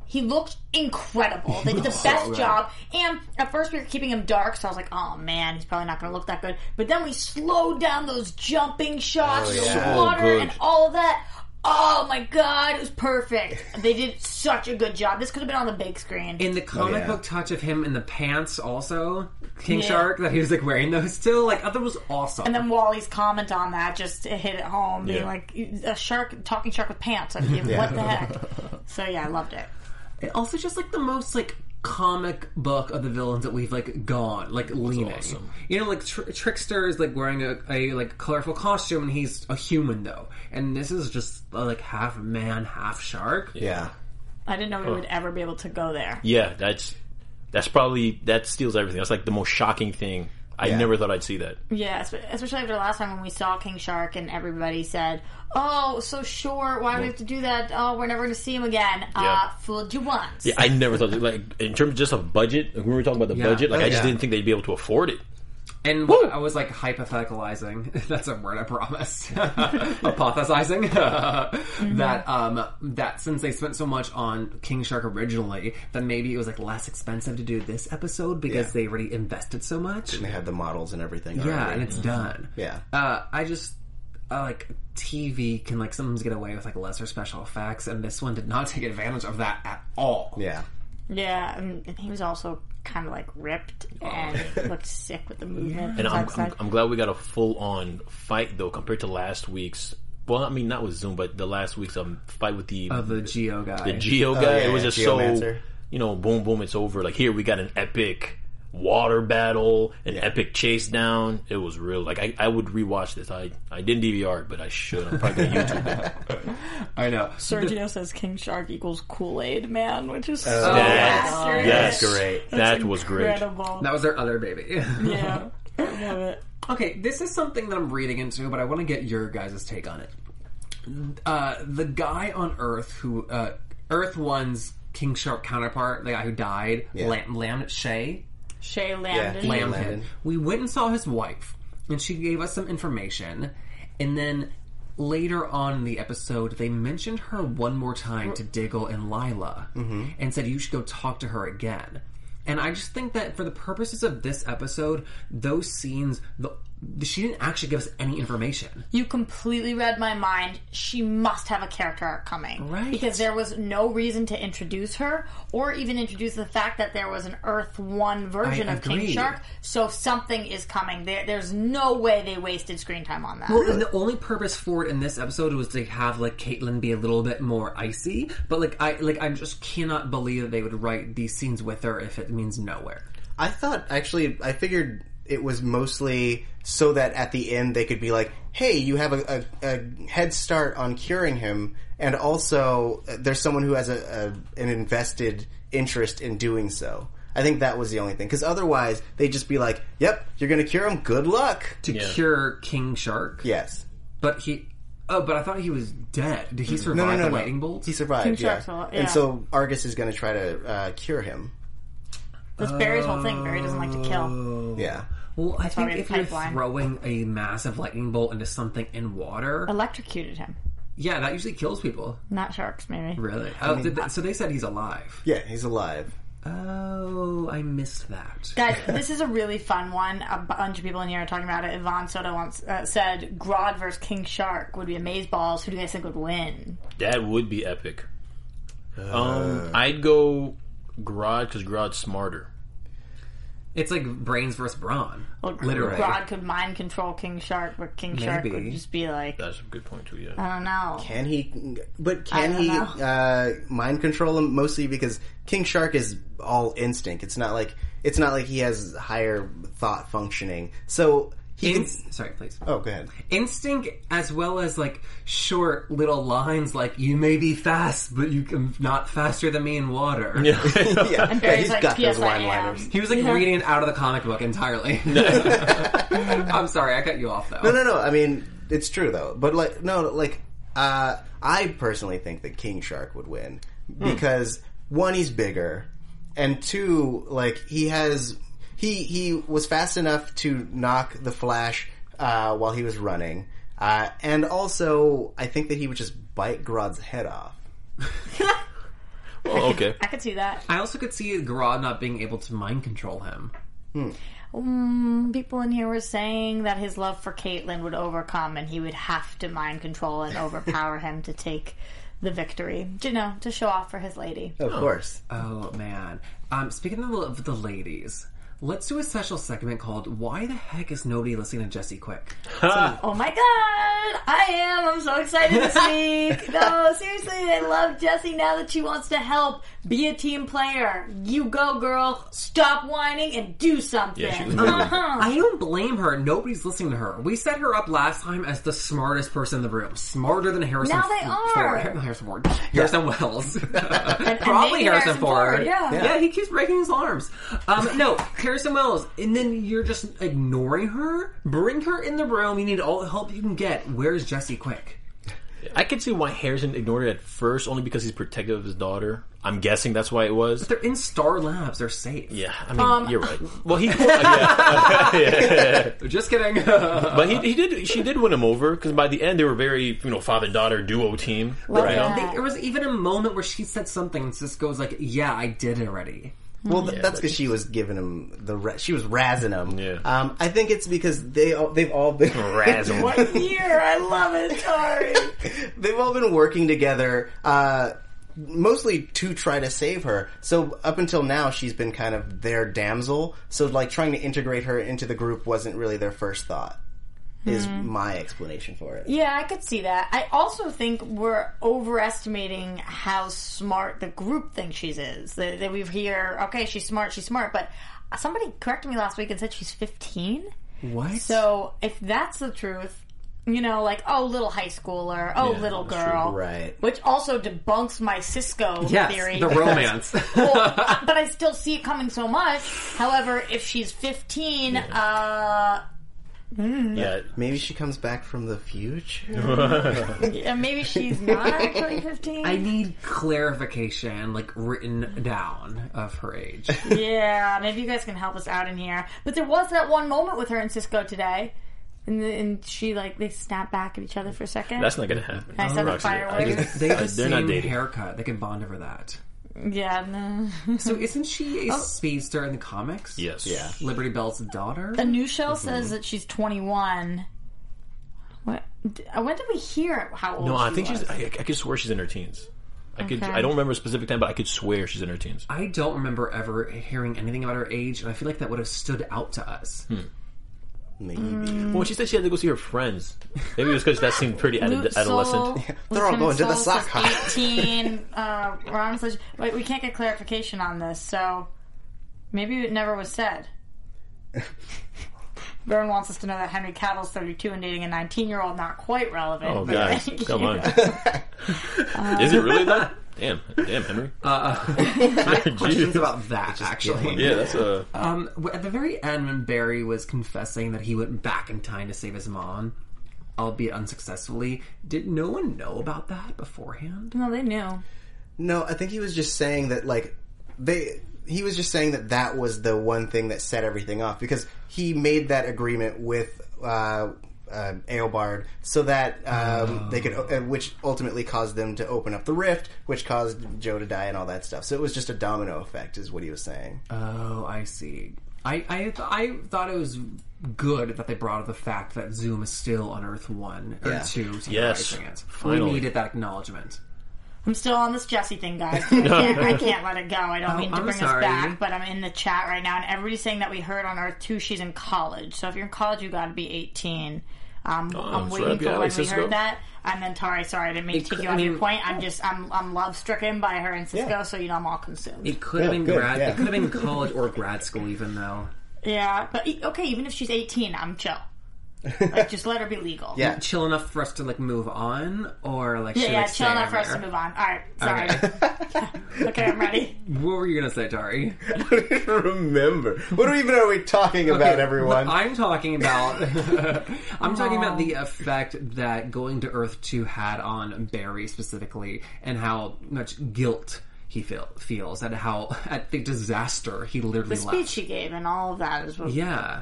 [SPEAKER 6] he looked incredible. They did the best job. And at first we were keeping him dark, so I was like, "Oh man, he's probably not going to look that good." But then we slowed down those jumping shots,
[SPEAKER 4] yeah.
[SPEAKER 6] the water,
[SPEAKER 5] Oh, So good.
[SPEAKER 6] and all of that. Oh my god, it was perfect. They did such a good job. This could have been on the big screen.
[SPEAKER 3] In
[SPEAKER 5] Oh,
[SPEAKER 3] the comic
[SPEAKER 4] yeah.
[SPEAKER 3] book touch of him in the pants, also King
[SPEAKER 6] Yeah.
[SPEAKER 3] Shark, that he was like wearing those still, like I thought it was awesome.
[SPEAKER 6] And then Wally's comment on that just hit it home, being
[SPEAKER 5] Yeah.
[SPEAKER 6] like a shark talking shark with pants. I mean, What the heck? So yeah, I loved it.
[SPEAKER 3] And also just like the most like comic book of the villains that we've like gone like leaning you know like tr- trickster is like wearing a, a like colorful costume and he's a human though and this is just uh, like half man half shark
[SPEAKER 4] Yeah.
[SPEAKER 6] I didn't
[SPEAKER 5] Oh.
[SPEAKER 6] know we would ever be able to go there.
[SPEAKER 5] Yeah, that's that's probably that steals everything. That's like the most shocking thing. I never thought I'd see that.
[SPEAKER 6] Yeah, espe- especially after last time when we saw King Shark and everybody said, "Oh, so short. Why do we have to do that? Oh, we're never going to see him again." Uh,
[SPEAKER 5] Yeah.
[SPEAKER 6] fooled you once.
[SPEAKER 5] I never thought like in terms of just of budget. Like, when we were talking about the
[SPEAKER 3] Yeah.
[SPEAKER 5] budget, like
[SPEAKER 3] Oh,
[SPEAKER 5] I just
[SPEAKER 4] yeah.
[SPEAKER 5] didn't think they'd be able to afford it.
[SPEAKER 3] and what i was like hypotheticalizing that's a word i promise hypothesizing
[SPEAKER 4] Mm-hmm.
[SPEAKER 3] that um that since they spent so much on king shark originally then maybe it was like less expensive to do this episode because
[SPEAKER 4] Yeah.
[SPEAKER 3] they already invested so much
[SPEAKER 4] They had the models and everything.
[SPEAKER 3] Yeah,
[SPEAKER 4] already.
[SPEAKER 3] and it's done.
[SPEAKER 4] Yeah.
[SPEAKER 3] Uh, I just uh, like TV can like sometimes get away with like lesser special effects, and this one did not take advantage of that at all.
[SPEAKER 4] yeah.
[SPEAKER 6] Yeah, and, and he was also kind of like ripped and looked sick with the movement.
[SPEAKER 5] And I'm,
[SPEAKER 6] outside.
[SPEAKER 5] I'm, I'm glad we got a full on fight though compared to last week's. Well, I mean not with Zoom, but the last week's um, fight with the
[SPEAKER 3] of the Geo guy.
[SPEAKER 5] the Geo guy.
[SPEAKER 4] yeah,
[SPEAKER 5] it was
[SPEAKER 4] yeah,
[SPEAKER 5] just
[SPEAKER 4] Geomancer.
[SPEAKER 5] so you know, boom, boom, it's over. Like here we got an epic water battle, an epic chase down. It was real. Like I, I would rewatch this. I I didn't DVR it, but I should. I'm probably gonna YouTube it.
[SPEAKER 3] I know.
[SPEAKER 6] Sergio says King Shark equals Kool Aid Man, which is so
[SPEAKER 5] yes.
[SPEAKER 6] accurate.
[SPEAKER 5] Uh, Yes.
[SPEAKER 4] That's great.
[SPEAKER 5] that was great.
[SPEAKER 6] Incredible.
[SPEAKER 3] That was their other baby.
[SPEAKER 6] Yeah. I love it.
[SPEAKER 3] Okay, this is something that I'm reading into, but I want to get your guys' take on it. Uh, the guy on Earth who uh, Earth One's King Shark counterpart, the guy who died, Lam, Lam Shay,
[SPEAKER 6] Shay Landon.
[SPEAKER 4] Landon.
[SPEAKER 3] Lamkin.
[SPEAKER 4] Landon.
[SPEAKER 3] We went and saw his wife, and she gave us some information, and then later on in the episode, they mentioned her one more time to Diggle and Lila, and said you should go talk to her again. And I just think that for the purposes of this episode, those scenes, the, she didn't actually give us any information.
[SPEAKER 6] You completely read my mind. She must have a character arc coming.
[SPEAKER 3] Right.
[SPEAKER 6] Because there was no reason to introduce her or even introduce the fact that there was an Earth 1 version
[SPEAKER 3] I
[SPEAKER 6] of King
[SPEAKER 3] agree.
[SPEAKER 6] Shark. So something is coming. There, there's no way they wasted screen time on that.
[SPEAKER 3] Well, and the only purpose for it in this episode was to have like Caitlyn be a little bit more icy, but like I like I just cannot believe that they would write these scenes with her if it means nowhere.
[SPEAKER 4] I thought actually, I figured it was mostly so that at the end they could be like, "Hey, you have a, a, a head start on curing him," and also uh, there's someone who has a, a an invested interest in doing so. I think that was the only thing, because otherwise they'd just be like, "Yep, you're gonna cure him. Good luck."
[SPEAKER 3] To cure King Shark,
[SPEAKER 4] Yes.
[SPEAKER 3] But he, oh, but I thought he was dead. Did he survive
[SPEAKER 4] No, no, no,
[SPEAKER 3] the
[SPEAKER 4] no.
[SPEAKER 3] lightning bolt?
[SPEAKER 4] He survived.
[SPEAKER 6] King
[SPEAKER 4] Yeah.
[SPEAKER 6] Shark's all- yeah.
[SPEAKER 4] And so Argus is gonna try to uh, cure him.
[SPEAKER 6] That's Barry's whole thing. Barry doesn't like to
[SPEAKER 3] Oh.
[SPEAKER 6] kill.
[SPEAKER 4] Yeah.
[SPEAKER 3] well, I think
[SPEAKER 6] probably
[SPEAKER 3] if
[SPEAKER 6] the
[SPEAKER 3] you're
[SPEAKER 6] pipeline.
[SPEAKER 3] throwing a massive lightning bolt into something in water,
[SPEAKER 6] Um, Electrocuted him.
[SPEAKER 3] yeah, that usually kills people.
[SPEAKER 6] Not sharks, maybe.
[SPEAKER 3] Really? Oh, did they- so they said he's alive.
[SPEAKER 4] Yeah, he's alive.
[SPEAKER 3] Oh, I missed that.
[SPEAKER 6] Guys, this is a really fun one. A bunch of people in here are talking about it. Yvonne Soto once uh, said, "Grodd versus King Shark would be amazeballs. Who do you guys think would win?"
[SPEAKER 5] That would be epic. um, I'd go Grodd because Grodd's smarter.
[SPEAKER 3] It's like brains versus brawn,
[SPEAKER 6] Well,
[SPEAKER 3] literally.
[SPEAKER 6] Grodd could mind control King Shark, but King Shark
[SPEAKER 3] Maybe.
[SPEAKER 6] would just be like,
[SPEAKER 5] That's a good point too. Yeah.
[SPEAKER 6] "I don't know."
[SPEAKER 4] Can he? But
[SPEAKER 6] I
[SPEAKER 4] can
[SPEAKER 6] don't
[SPEAKER 4] he
[SPEAKER 6] know.
[SPEAKER 4] uh, mind control him? Mostly because King Shark is all instinct. It's not like it's not like he has higher thought functioning. So he can.
[SPEAKER 3] Inst- Sorry, please.
[SPEAKER 4] Oh, go ahead.
[SPEAKER 3] Instinct, as well as like short little lines, like "You may be fast, but you can not faster than me in water."
[SPEAKER 4] Yeah, yeah
[SPEAKER 6] And Barry's
[SPEAKER 4] he's
[SPEAKER 6] like,
[SPEAKER 4] got
[SPEAKER 6] "P.S.
[SPEAKER 4] those wine
[SPEAKER 6] I am."
[SPEAKER 4] liners.
[SPEAKER 3] He was like reading it out of the comic book entirely. I'm sorry, I cut you off though.
[SPEAKER 4] No, no, no. I mean, it's true though. But like, no, like, uh, I personally think that King Shark would win because one, he's bigger, and two, like, he has he he was fast enough to knock the Flash uh, while he was running, uh, and also I think that he would just bite Grodd's head off.
[SPEAKER 5] Oh, okay.
[SPEAKER 6] I could see that.
[SPEAKER 3] I also could see Grodd not being able to mind control him.
[SPEAKER 6] Mm, people in here were saying that his love for Caitlyn would overcome, and he would have to mind control and overpower him to take the victory. You know, to show off for his lady.
[SPEAKER 4] Of course,
[SPEAKER 3] Oh man. Um, speaking of the, of the ladies, let's do a special segment called "Why the heck is nobody listening to Jesse Quick?"
[SPEAKER 6] Oh my god! I am. I'm so excited this week. No, seriously, I love Jessie now that she wants to help. Be a team player. You go, girl. Stop whining and do something. Uh-huh.
[SPEAKER 5] Yeah, she was
[SPEAKER 3] I don't blame her. Nobody's listening to her. We set her up last time as the smartest person in the room, smarter than Harrison.
[SPEAKER 6] Now they
[SPEAKER 3] F-
[SPEAKER 6] are.
[SPEAKER 3] Ford. Harrison Ford. Harrison Wells. Probably
[SPEAKER 6] maybe
[SPEAKER 3] Harrison
[SPEAKER 6] Harrison
[SPEAKER 3] Ford.
[SPEAKER 6] Ford, yeah.
[SPEAKER 3] yeah, he keeps breaking his arms. Um, no, Harrison Wells. And then you're just ignoring her. Bring her in the room. You need all the help you can get. Where's Jesse Quick?
[SPEAKER 5] I can see why Harrison ignored it at first, only because he's protective of his daughter. I'm guessing that's why it was.
[SPEAKER 3] They're in Star Labs. They're safe.
[SPEAKER 5] Yeah, I mean,
[SPEAKER 6] Um,
[SPEAKER 5] you're right. Well, he, yeah.
[SPEAKER 3] Just kidding.
[SPEAKER 5] but he, he did. She did win him over because by the end they were very, you know, father daughter duo team.
[SPEAKER 6] Right.
[SPEAKER 5] you know?
[SPEAKER 6] Yeah.
[SPEAKER 3] there was even a moment where she said something, and Cisco's like, "Yeah, I did it already."
[SPEAKER 4] Well, th- that's because she was giving him the ra- she was razzing him.
[SPEAKER 5] Yeah.
[SPEAKER 4] Um, I think it's because they all, they've all been
[SPEAKER 5] Razzle.
[SPEAKER 6] Year, I love it. Sorry.
[SPEAKER 4] They've all been working together. Uh, mostly to try to save her. So up until now, she's been kind of their damsel. So like trying to integrate her into the group wasn't really their first thought. Is my explanation for it.
[SPEAKER 6] Yeah, I could see that. I also think we're overestimating how smart the group thinks she is. That, that we hear, okay, she's smart, she's smart, but somebody corrected me last week and said she's 15. What? So if that's the truth, you know, like, oh, little high schooler, oh, little girl.
[SPEAKER 4] right.
[SPEAKER 6] Which also debunks my Cisco
[SPEAKER 3] Yes,
[SPEAKER 6] theory.
[SPEAKER 3] the romance.
[SPEAKER 6] Well, but I still see it coming so much. However, if she's 15, uh,
[SPEAKER 5] Yeah,
[SPEAKER 4] Maybe she comes back from the future.
[SPEAKER 6] yeah, maybe she's not actually 15.
[SPEAKER 3] I need clarification, like written down, of her age.
[SPEAKER 6] Yeah, maybe you guys can help us out in here. But there was that one moment with her and Cisco today. And, and she, like, they snapped back at each other for a second.
[SPEAKER 5] that's not gonna happen.
[SPEAKER 6] I said the
[SPEAKER 5] Roxy,
[SPEAKER 6] fireworks.
[SPEAKER 3] They have the
[SPEAKER 5] they're not
[SPEAKER 3] same
[SPEAKER 5] dating.
[SPEAKER 3] haircut. They can bond over that.
[SPEAKER 6] yeah, no.
[SPEAKER 3] So isn't she a speedster in the comics?
[SPEAKER 5] Yes. Yeah.
[SPEAKER 3] Liberty Bell's daughter?
[SPEAKER 6] The new shell says
[SPEAKER 5] Mm-hmm.
[SPEAKER 6] that she's 21. What? d- uh, When did we hear how old
[SPEAKER 5] No,
[SPEAKER 6] she
[SPEAKER 5] I think
[SPEAKER 6] was?
[SPEAKER 5] she's. I, I could swear she's in her teens. I could.
[SPEAKER 6] Okay.
[SPEAKER 5] I don't remember a specific time, but I could swear she's in her teens.
[SPEAKER 3] I don't remember ever hearing anything about her age, and I feel like that would have stood out to us.
[SPEAKER 5] Hmm.
[SPEAKER 4] Maybe
[SPEAKER 5] Well, when she said she had to go see her friends, maybe it was because that seemed pretty ad-
[SPEAKER 6] Luke Soul,
[SPEAKER 5] adolescent.
[SPEAKER 4] They're all
[SPEAKER 6] Wisconsin
[SPEAKER 4] going to the
[SPEAKER 6] Soul
[SPEAKER 4] sock
[SPEAKER 6] says
[SPEAKER 4] hop.
[SPEAKER 6] 18. uh, Ron says, wait, we can't get clarification on this, so maybe it never was said. Vern wants us to know that Henry Cavill's 32 and dating a 19 year old, not quite relevant.
[SPEAKER 5] Oh
[SPEAKER 6] but
[SPEAKER 5] guys,
[SPEAKER 6] thank
[SPEAKER 5] come
[SPEAKER 6] you.
[SPEAKER 5] on. Is it really that? Damn, damn, Henry.
[SPEAKER 3] I have questions
[SPEAKER 5] Jeez.
[SPEAKER 3] about that, actually.
[SPEAKER 5] Uh, yeah, that's a.
[SPEAKER 3] Um, w- at the very end, when Barry was confessing that he went back in time to save his mom, albeit unsuccessfully, did no one know about that beforehand?
[SPEAKER 6] No, they knew.
[SPEAKER 4] No, I think he was just saying that like they he was just saying that that was the one thing that set everything off because he made that agreement with uh, uh, Aelbard so that um, they could, uh, which ultimately caused them to open up the rift, which caused Joe to die and all that stuff. So it was just a domino effect, is what he was saying.
[SPEAKER 3] Oh, I see. I I, th- I thought it was good that they brought up the fact that Zoom is still on Earth One or
[SPEAKER 4] Yeah.
[SPEAKER 3] Two. to
[SPEAKER 5] Yes.
[SPEAKER 3] rising it.
[SPEAKER 5] Finally.
[SPEAKER 3] we needed that acknowledgement.
[SPEAKER 6] I'm still on this Jesse thing, guys. I can't, I can't let it go. I don't
[SPEAKER 3] Oh,
[SPEAKER 6] mean to
[SPEAKER 3] I'm
[SPEAKER 6] bring
[SPEAKER 3] sorry.
[SPEAKER 6] us back, but I'm in the chat right now, and everybody's saying that we heard on Earth 2 she's in college. So if you're in college, you got to be 18. Um, I'm
[SPEAKER 5] so
[SPEAKER 6] waiting
[SPEAKER 5] that'd be
[SPEAKER 6] for when
[SPEAKER 5] Alex
[SPEAKER 6] we
[SPEAKER 5] Cisco.
[SPEAKER 6] heard that. And then Tari, sorry, I didn't mean to take you off your point. I'm just, I'm, I'm love stricken by her and Cisco,
[SPEAKER 4] Yeah.
[SPEAKER 6] so you know I'm all consumed.
[SPEAKER 3] It could have been
[SPEAKER 4] good,
[SPEAKER 3] grad.
[SPEAKER 4] yeah.
[SPEAKER 3] It could have been college or grad school, even though.
[SPEAKER 6] yeah, but e- okay, even if she's 18, I'm chill. Like, just let her be legal.
[SPEAKER 4] Yeah.
[SPEAKER 3] Chill enough for us to like move on, or like
[SPEAKER 6] Yeah,
[SPEAKER 3] should
[SPEAKER 6] yeah,
[SPEAKER 3] I
[SPEAKER 6] chill
[SPEAKER 3] stay
[SPEAKER 6] enough for
[SPEAKER 3] on
[SPEAKER 6] us to
[SPEAKER 3] there?
[SPEAKER 6] move on. All right, sorry. okay, I'm ready.
[SPEAKER 3] What were you gonna say, Dari?
[SPEAKER 4] Remember, what are we- even are we talking about,
[SPEAKER 3] Okay,
[SPEAKER 4] everyone?
[SPEAKER 3] but I'm talking about. I'm talking about the effect that going to Earth Two had on Barry specifically, and how much guilt he feel, feels, and how at the disaster he literally
[SPEAKER 6] The speech
[SPEAKER 3] left.
[SPEAKER 6] she gave and all of that is what.
[SPEAKER 3] Yeah,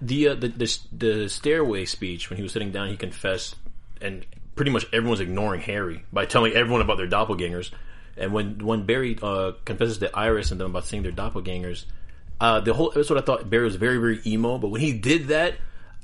[SPEAKER 5] the, uh, the the the stairway speech when he was sitting down, he confessed, and pretty much everyone's ignoring Harry by telling everyone about their doppelgangers. And when when Barry uh, confesses to Iris and them about seeing their doppelgangers, uh, the whole episode I thought Barry was very very emo, but when he did that,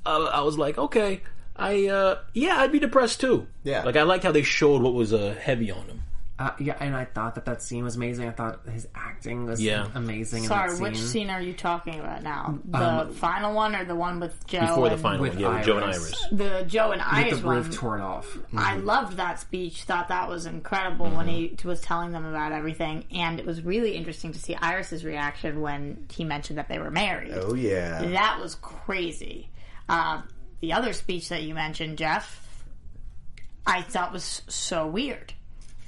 [SPEAKER 5] uh, I was like, okay, I uh, yeah, I'd be depressed too.
[SPEAKER 4] Yeah.
[SPEAKER 5] like I liked how they showed what was uh, heavy on him.
[SPEAKER 3] uh, yeah, and I thought that that scene was amazing. I thought his acting was
[SPEAKER 5] Yeah.
[SPEAKER 3] amazing.
[SPEAKER 6] Sorry,
[SPEAKER 3] in that
[SPEAKER 6] which scene are you talking about now? The final one or the one with Joe?
[SPEAKER 5] Before the
[SPEAKER 6] and-
[SPEAKER 5] final
[SPEAKER 3] with
[SPEAKER 5] one, yeah, with Joe and
[SPEAKER 3] Iris.
[SPEAKER 5] Iris.
[SPEAKER 6] The Joe and
[SPEAKER 3] The
[SPEAKER 6] Iris
[SPEAKER 3] roof
[SPEAKER 6] one.
[SPEAKER 3] torn off.
[SPEAKER 6] I loved that speech. Thought that was incredible when he was telling them about everything, and it was really interesting to see Iris's reaction when he mentioned that they were married.
[SPEAKER 4] oh yeah,
[SPEAKER 6] That was crazy. Um, the other speech that you mentioned, Jeff, I thought was so weird,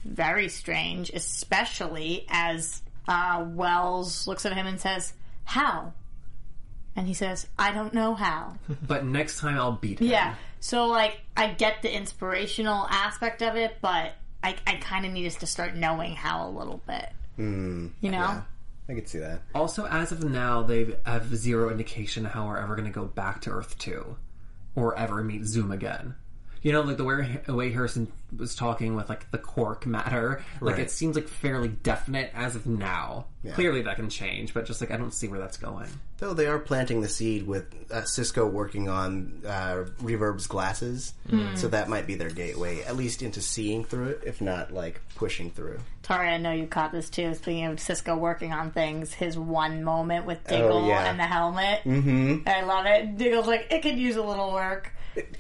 [SPEAKER 6] very strange, especially as uh, Wells looks at him and says, "How?" And he says, "I don't know how."
[SPEAKER 3] But next time I'll beat him.
[SPEAKER 6] Yeah. So like I get the inspirational aspect of it, but I I kind of need us to start knowing how a little bit. you know?
[SPEAKER 4] I could see that.
[SPEAKER 3] Also, as of now, they have zero indication how we're ever going to go back to Earth 2 or ever meet Zoom again. you know, like the way, way Harrison was talking with like the cork matter, like
[SPEAKER 4] Right.
[SPEAKER 3] it seems like fairly definite as of now. Clearly, that can change, but just like I don't see where that's going.
[SPEAKER 4] Though they are planting the seed with uh, Cisco working on uh, Reverb's glasses, so that might be their gateway, at least into seeing through it, if not like pushing through.
[SPEAKER 6] Tori, I know you caught this too. Speaking of Cisco working on things, his one moment with Diggle
[SPEAKER 4] Oh, yeah.
[SPEAKER 6] and the helmet. Mm-hmm. I love it. Diggle's like, it could use a little work.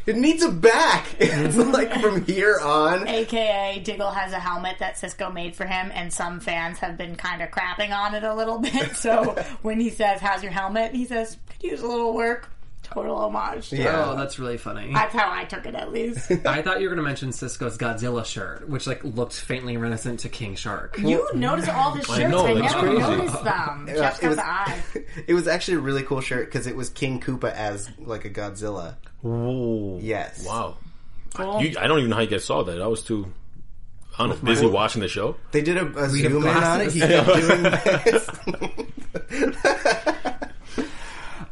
[SPEAKER 4] It needs a back. it's like from here on.
[SPEAKER 6] AKA, Diggle has a helmet that Cisco made for him, and some fans have been kind of crapping on it a little bit. So when he says, How's your helmet? He says, Could use a little work. Total homage.
[SPEAKER 4] Yeah.
[SPEAKER 3] Oh, that's really funny.
[SPEAKER 6] That's how I took it, at least.
[SPEAKER 3] I thought you were going to mention Cisco's Godzilla shirt, which like looked faintly reminiscent to King Shark.
[SPEAKER 6] you notice all the shirts. I,
[SPEAKER 5] know, that's
[SPEAKER 6] never
[SPEAKER 5] crazy.
[SPEAKER 6] noticed them. Jeff's
[SPEAKER 4] it
[SPEAKER 6] got
[SPEAKER 4] was-
[SPEAKER 6] the eye.
[SPEAKER 4] It was actually a really cool shirt because it was King Koopa as like a Godzilla.
[SPEAKER 5] Ooh.
[SPEAKER 4] Yes.
[SPEAKER 5] Wow. You, I don't even know how you guys saw that. I was too. I don't know, busy watching the show.
[SPEAKER 4] They did a, a zoom in on it.
[SPEAKER 3] glasses.
[SPEAKER 4] He kept doing this.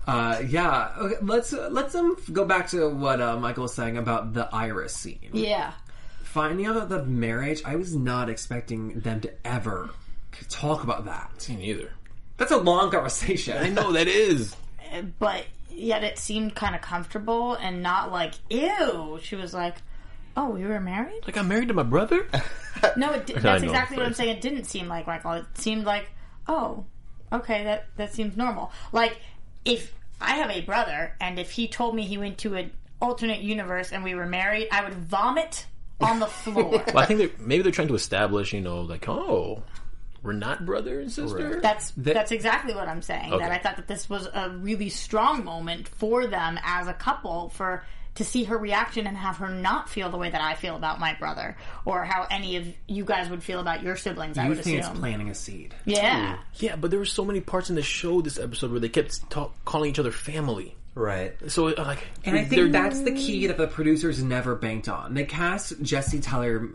[SPEAKER 3] Uh, yeah, okay, let's uh, let's um go back to what uh, Michael was saying about the Iris scene.
[SPEAKER 6] Yeah.
[SPEAKER 3] Finding out about the marriage, I was not expecting them to ever talk about that.
[SPEAKER 5] Me neither.
[SPEAKER 3] That's a long conversation.
[SPEAKER 5] I know that is.
[SPEAKER 6] but yet it seemed kind of comfortable and not like ew. She was like, "Oh, we were married."
[SPEAKER 5] Like I'm married to my brother.
[SPEAKER 6] No, it di- that's
[SPEAKER 5] know,
[SPEAKER 6] exactly what I'm
[SPEAKER 5] but-
[SPEAKER 6] saying. It didn't seem like Michael. It seemed like, oh, okay, that that seems normal. Like if I have a brother and if he told me he went to an alternate universe and we were married, I would vomit on the floor.
[SPEAKER 5] Well, I think they're, maybe they're trying to establish, you know, like oh, we're not brother and sister.
[SPEAKER 6] That's that's exactly what I'm saying. That
[SPEAKER 5] Okay.
[SPEAKER 6] I thought that this was a really strong moment for them as a couple for to see her reaction and have her not feel the way that I feel about my brother or how any of you guys would feel about your siblings. I
[SPEAKER 3] you
[SPEAKER 6] would
[SPEAKER 3] think it's
[SPEAKER 6] assume.
[SPEAKER 3] planting a seed.
[SPEAKER 6] yeah,
[SPEAKER 5] Yeah, but there were so many parts in the show this episode where they kept talk, calling each other family.
[SPEAKER 4] right.
[SPEAKER 5] So uh, like,
[SPEAKER 3] And I
[SPEAKER 5] they're-
[SPEAKER 3] think that's the key that the producers never banked on. They cast Jesse Tyler.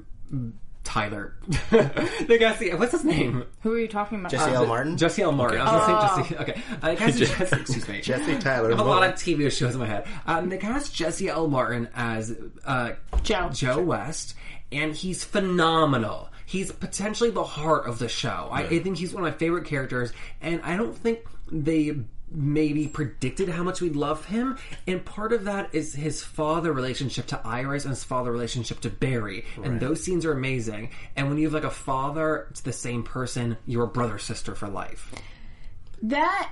[SPEAKER 3] Tyler. they cast the, what's his name?
[SPEAKER 6] who are you talking about?
[SPEAKER 4] Jesse L. Martin.
[SPEAKER 3] Jesse L. Martin. I was going to say Jesse. Okay. I cast Jesse. Excuse me.
[SPEAKER 4] Jesse Tyler
[SPEAKER 3] I have a lot of
[SPEAKER 4] Mullen.
[SPEAKER 3] TV shows in my head. Um, they cast Jesse L. Martin as uh,
[SPEAKER 6] Joe.
[SPEAKER 3] Joe West, and he's phenomenal. He's potentially the heart of the show. I, I think he's one of my favorite characters, and I don't think they maybe predicted how much we'd love him. And part of that is his father relationship to Iris and his father relationship to Barry. And those scenes are amazing. And when you have like a father to the same person, you're a brother sister for life.
[SPEAKER 6] That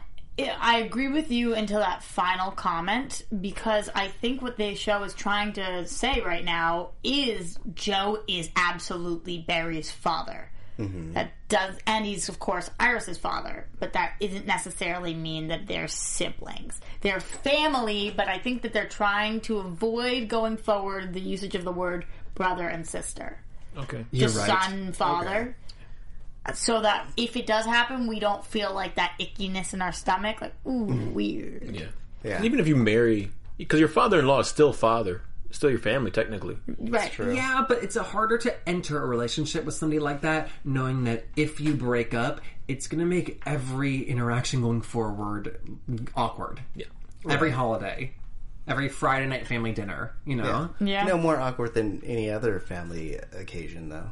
[SPEAKER 6] I agree with you until that final comment because I think what the show is trying to say right now is Joe is absolutely Barry's father. That does, and he's of course Iris's father, but that isn't necessarily mean that they're siblings. They're family, but I think that they're trying to avoid going forward the usage of the word brother and sister
[SPEAKER 5] okay.
[SPEAKER 3] You're
[SPEAKER 6] the
[SPEAKER 3] right.
[SPEAKER 6] son father. So that if it does happen, we don't feel like that ickiness in our stomach, like ooh,
[SPEAKER 3] Mm.
[SPEAKER 6] weird.
[SPEAKER 5] Yeah. And even if you marry, because your father-in-law is still father, still your family technically.
[SPEAKER 6] Right?
[SPEAKER 3] Yeah, but it's harder to enter a relationship with somebody like that, knowing that if you break up, it's going to make every interaction going forward awkward. Yeah. Every holiday, every Friday night family dinner, you know?
[SPEAKER 6] Yeah.
[SPEAKER 4] No more awkward than any other family occasion, though.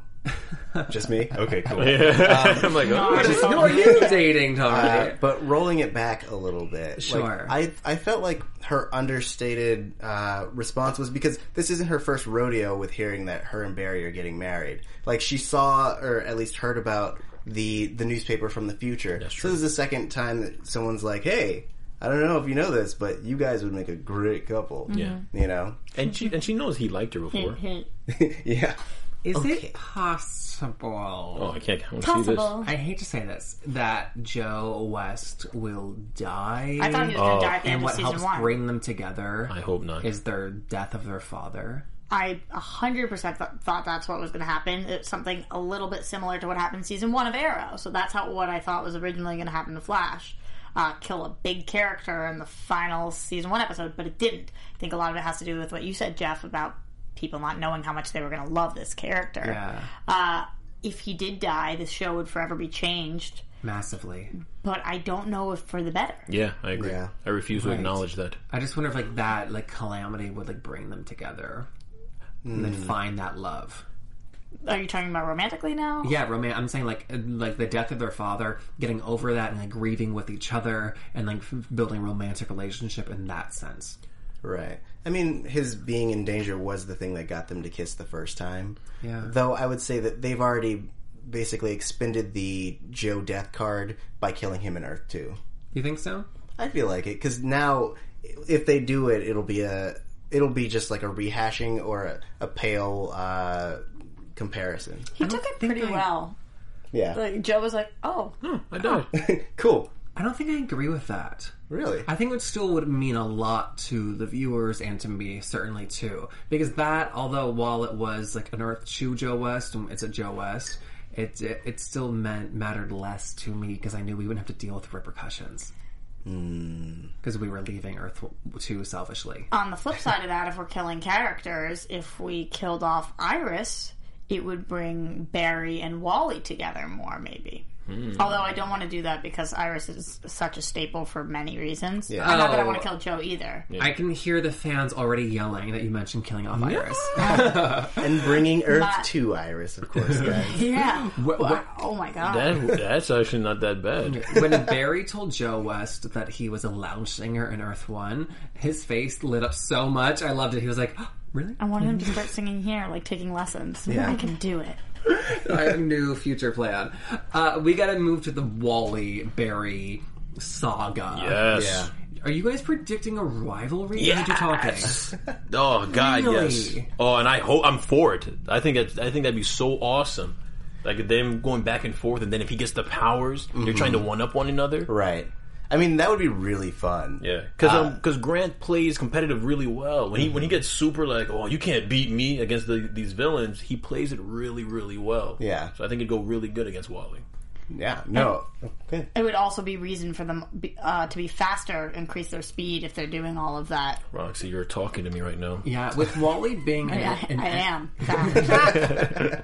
[SPEAKER 4] Just me. Okay, cool.
[SPEAKER 5] I'm like, oh,
[SPEAKER 3] Who are you dating, Tari?
[SPEAKER 4] Uh, But rolling it back a little bit,
[SPEAKER 3] Sure.
[SPEAKER 4] Like, I I felt like her understated uh, response was because this isn't her first rodeo with hearing that her and Barry are getting married. Like she saw or at least heard about the the newspaper from the future. So this is the second time that someone's like, "Hey, I don't know if you know this, but you guys would make a great couple." Yeah,
[SPEAKER 5] Mm-hmm.
[SPEAKER 4] you know,
[SPEAKER 5] and she and she knows he liked her before.
[SPEAKER 4] yeah.
[SPEAKER 3] Is it possible?
[SPEAKER 5] oh, I can't. I want to see this.
[SPEAKER 6] Possible.
[SPEAKER 3] I hate to say this, that Joe West will die.
[SPEAKER 6] I thought he was going to die at the
[SPEAKER 3] Oh. and
[SPEAKER 6] end of
[SPEAKER 3] what
[SPEAKER 6] season
[SPEAKER 3] helps
[SPEAKER 6] one.
[SPEAKER 3] bring them together
[SPEAKER 5] I hope not.
[SPEAKER 3] is their death of their father.
[SPEAKER 6] I 100% th- thought that's what was going to happen. It's something a little bit similar to what happened in season one of Arrow. So that's how what I thought was originally going to happen to Flash. Uh, kill a big character in the final season one episode, but it didn't. I think a lot of it has to do with what you said, Jeff, about people not knowing how much they were going to love this character.
[SPEAKER 3] Yeah.
[SPEAKER 6] Uh, if he did die, the show would forever be changed.
[SPEAKER 3] Massively.
[SPEAKER 6] But I don't know if for the better.
[SPEAKER 5] Yeah, I agree.
[SPEAKER 4] Yeah.
[SPEAKER 5] I refuse to acknowledge that.
[SPEAKER 3] I just wonder if like that like calamity would like bring them together. and then find that love.
[SPEAKER 6] Are you talking about romantically now?
[SPEAKER 3] Yeah, romance. I'm saying like uh, like the death of their father, getting over that, and like grieving with each other, and like f- building romantic relationship in that sense.
[SPEAKER 4] Right. I mean, his being in danger was the thing that got them to kiss the first time.
[SPEAKER 3] Yeah.
[SPEAKER 4] Though I would say that they've already basically expended the Joe death card by killing him in Earth 2.
[SPEAKER 3] You think so?
[SPEAKER 4] I feel like it because now, if they do it, it'll be a it'll be just like a rehashing or a, a pale uh, comparison.
[SPEAKER 6] He took it
[SPEAKER 3] think
[SPEAKER 6] pretty
[SPEAKER 3] I-
[SPEAKER 6] well.
[SPEAKER 4] Yeah.
[SPEAKER 6] Like Joe was like, "Oh,
[SPEAKER 5] I died.
[SPEAKER 4] cool.
[SPEAKER 3] I don't think I agree with that.
[SPEAKER 4] Really.
[SPEAKER 3] I think it still would mean a lot to the viewers and to me, certainly too. Because that, although while it was like an Earth 2 Joe West, and it's a Joe West, it, it, it still meant mattered less to me because I knew we wouldn't have to deal with the repercussions. Because we were leaving Earth 2 selfishly.
[SPEAKER 6] on the flip side of that, if we're killing characters, if we killed off Iris, it would bring Barry and Wally together more, maybe. Although I don't want to do that because Iris is such a staple for many reasons. And Not that I want to kill Joe either.
[SPEAKER 3] I can hear the fans already yelling that you mentioned killing off Iris.
[SPEAKER 4] And bringing Earth
[SPEAKER 6] But-
[SPEAKER 4] to Iris, of course, guys.
[SPEAKER 6] Yeah.
[SPEAKER 3] What-
[SPEAKER 6] Wow.
[SPEAKER 3] what-
[SPEAKER 6] Oh my god.
[SPEAKER 5] That, that's actually not that bad.
[SPEAKER 3] when Barry told Joe West that he was a lounge singer in Earth 1, his face lit up so much. I loved it. He was like, "Oh, Really?
[SPEAKER 6] I wanted him to start singing here, like taking lessons. I can do it.
[SPEAKER 3] I new future plan. Uh, we gotta move to the Wally Barry saga.
[SPEAKER 5] Yes.
[SPEAKER 4] Yeah.
[SPEAKER 3] Are you guys predicting a rivalry? I heard you talking.
[SPEAKER 5] Oh God, yes.
[SPEAKER 3] Really?
[SPEAKER 5] Oh, and I hope I'm for it. I think that I think that'd be so awesome. Like them going back and forth, and then if he gets the powers, they're trying to one up one another.
[SPEAKER 4] Mm-hmm. right. Uh, I mean, that would be really fun.
[SPEAKER 5] Yeah, Uh, because Grant plays competitive really well. When he
[SPEAKER 4] mm-hmm.
[SPEAKER 5] when he gets super like, oh, you can't beat me against the, these villains, he plays it really really well.
[SPEAKER 4] Yeah.
[SPEAKER 5] so I think it'd go really good against Wally.
[SPEAKER 4] Yeah. No. Okay.
[SPEAKER 6] It would also be reason for them be- uh, to be faster, increase their speed if they're doing all of that.
[SPEAKER 5] Roxy, you're talking to me right now.
[SPEAKER 3] Yeah, with Wally being an,
[SPEAKER 6] I,
[SPEAKER 3] an-
[SPEAKER 6] I am. fast.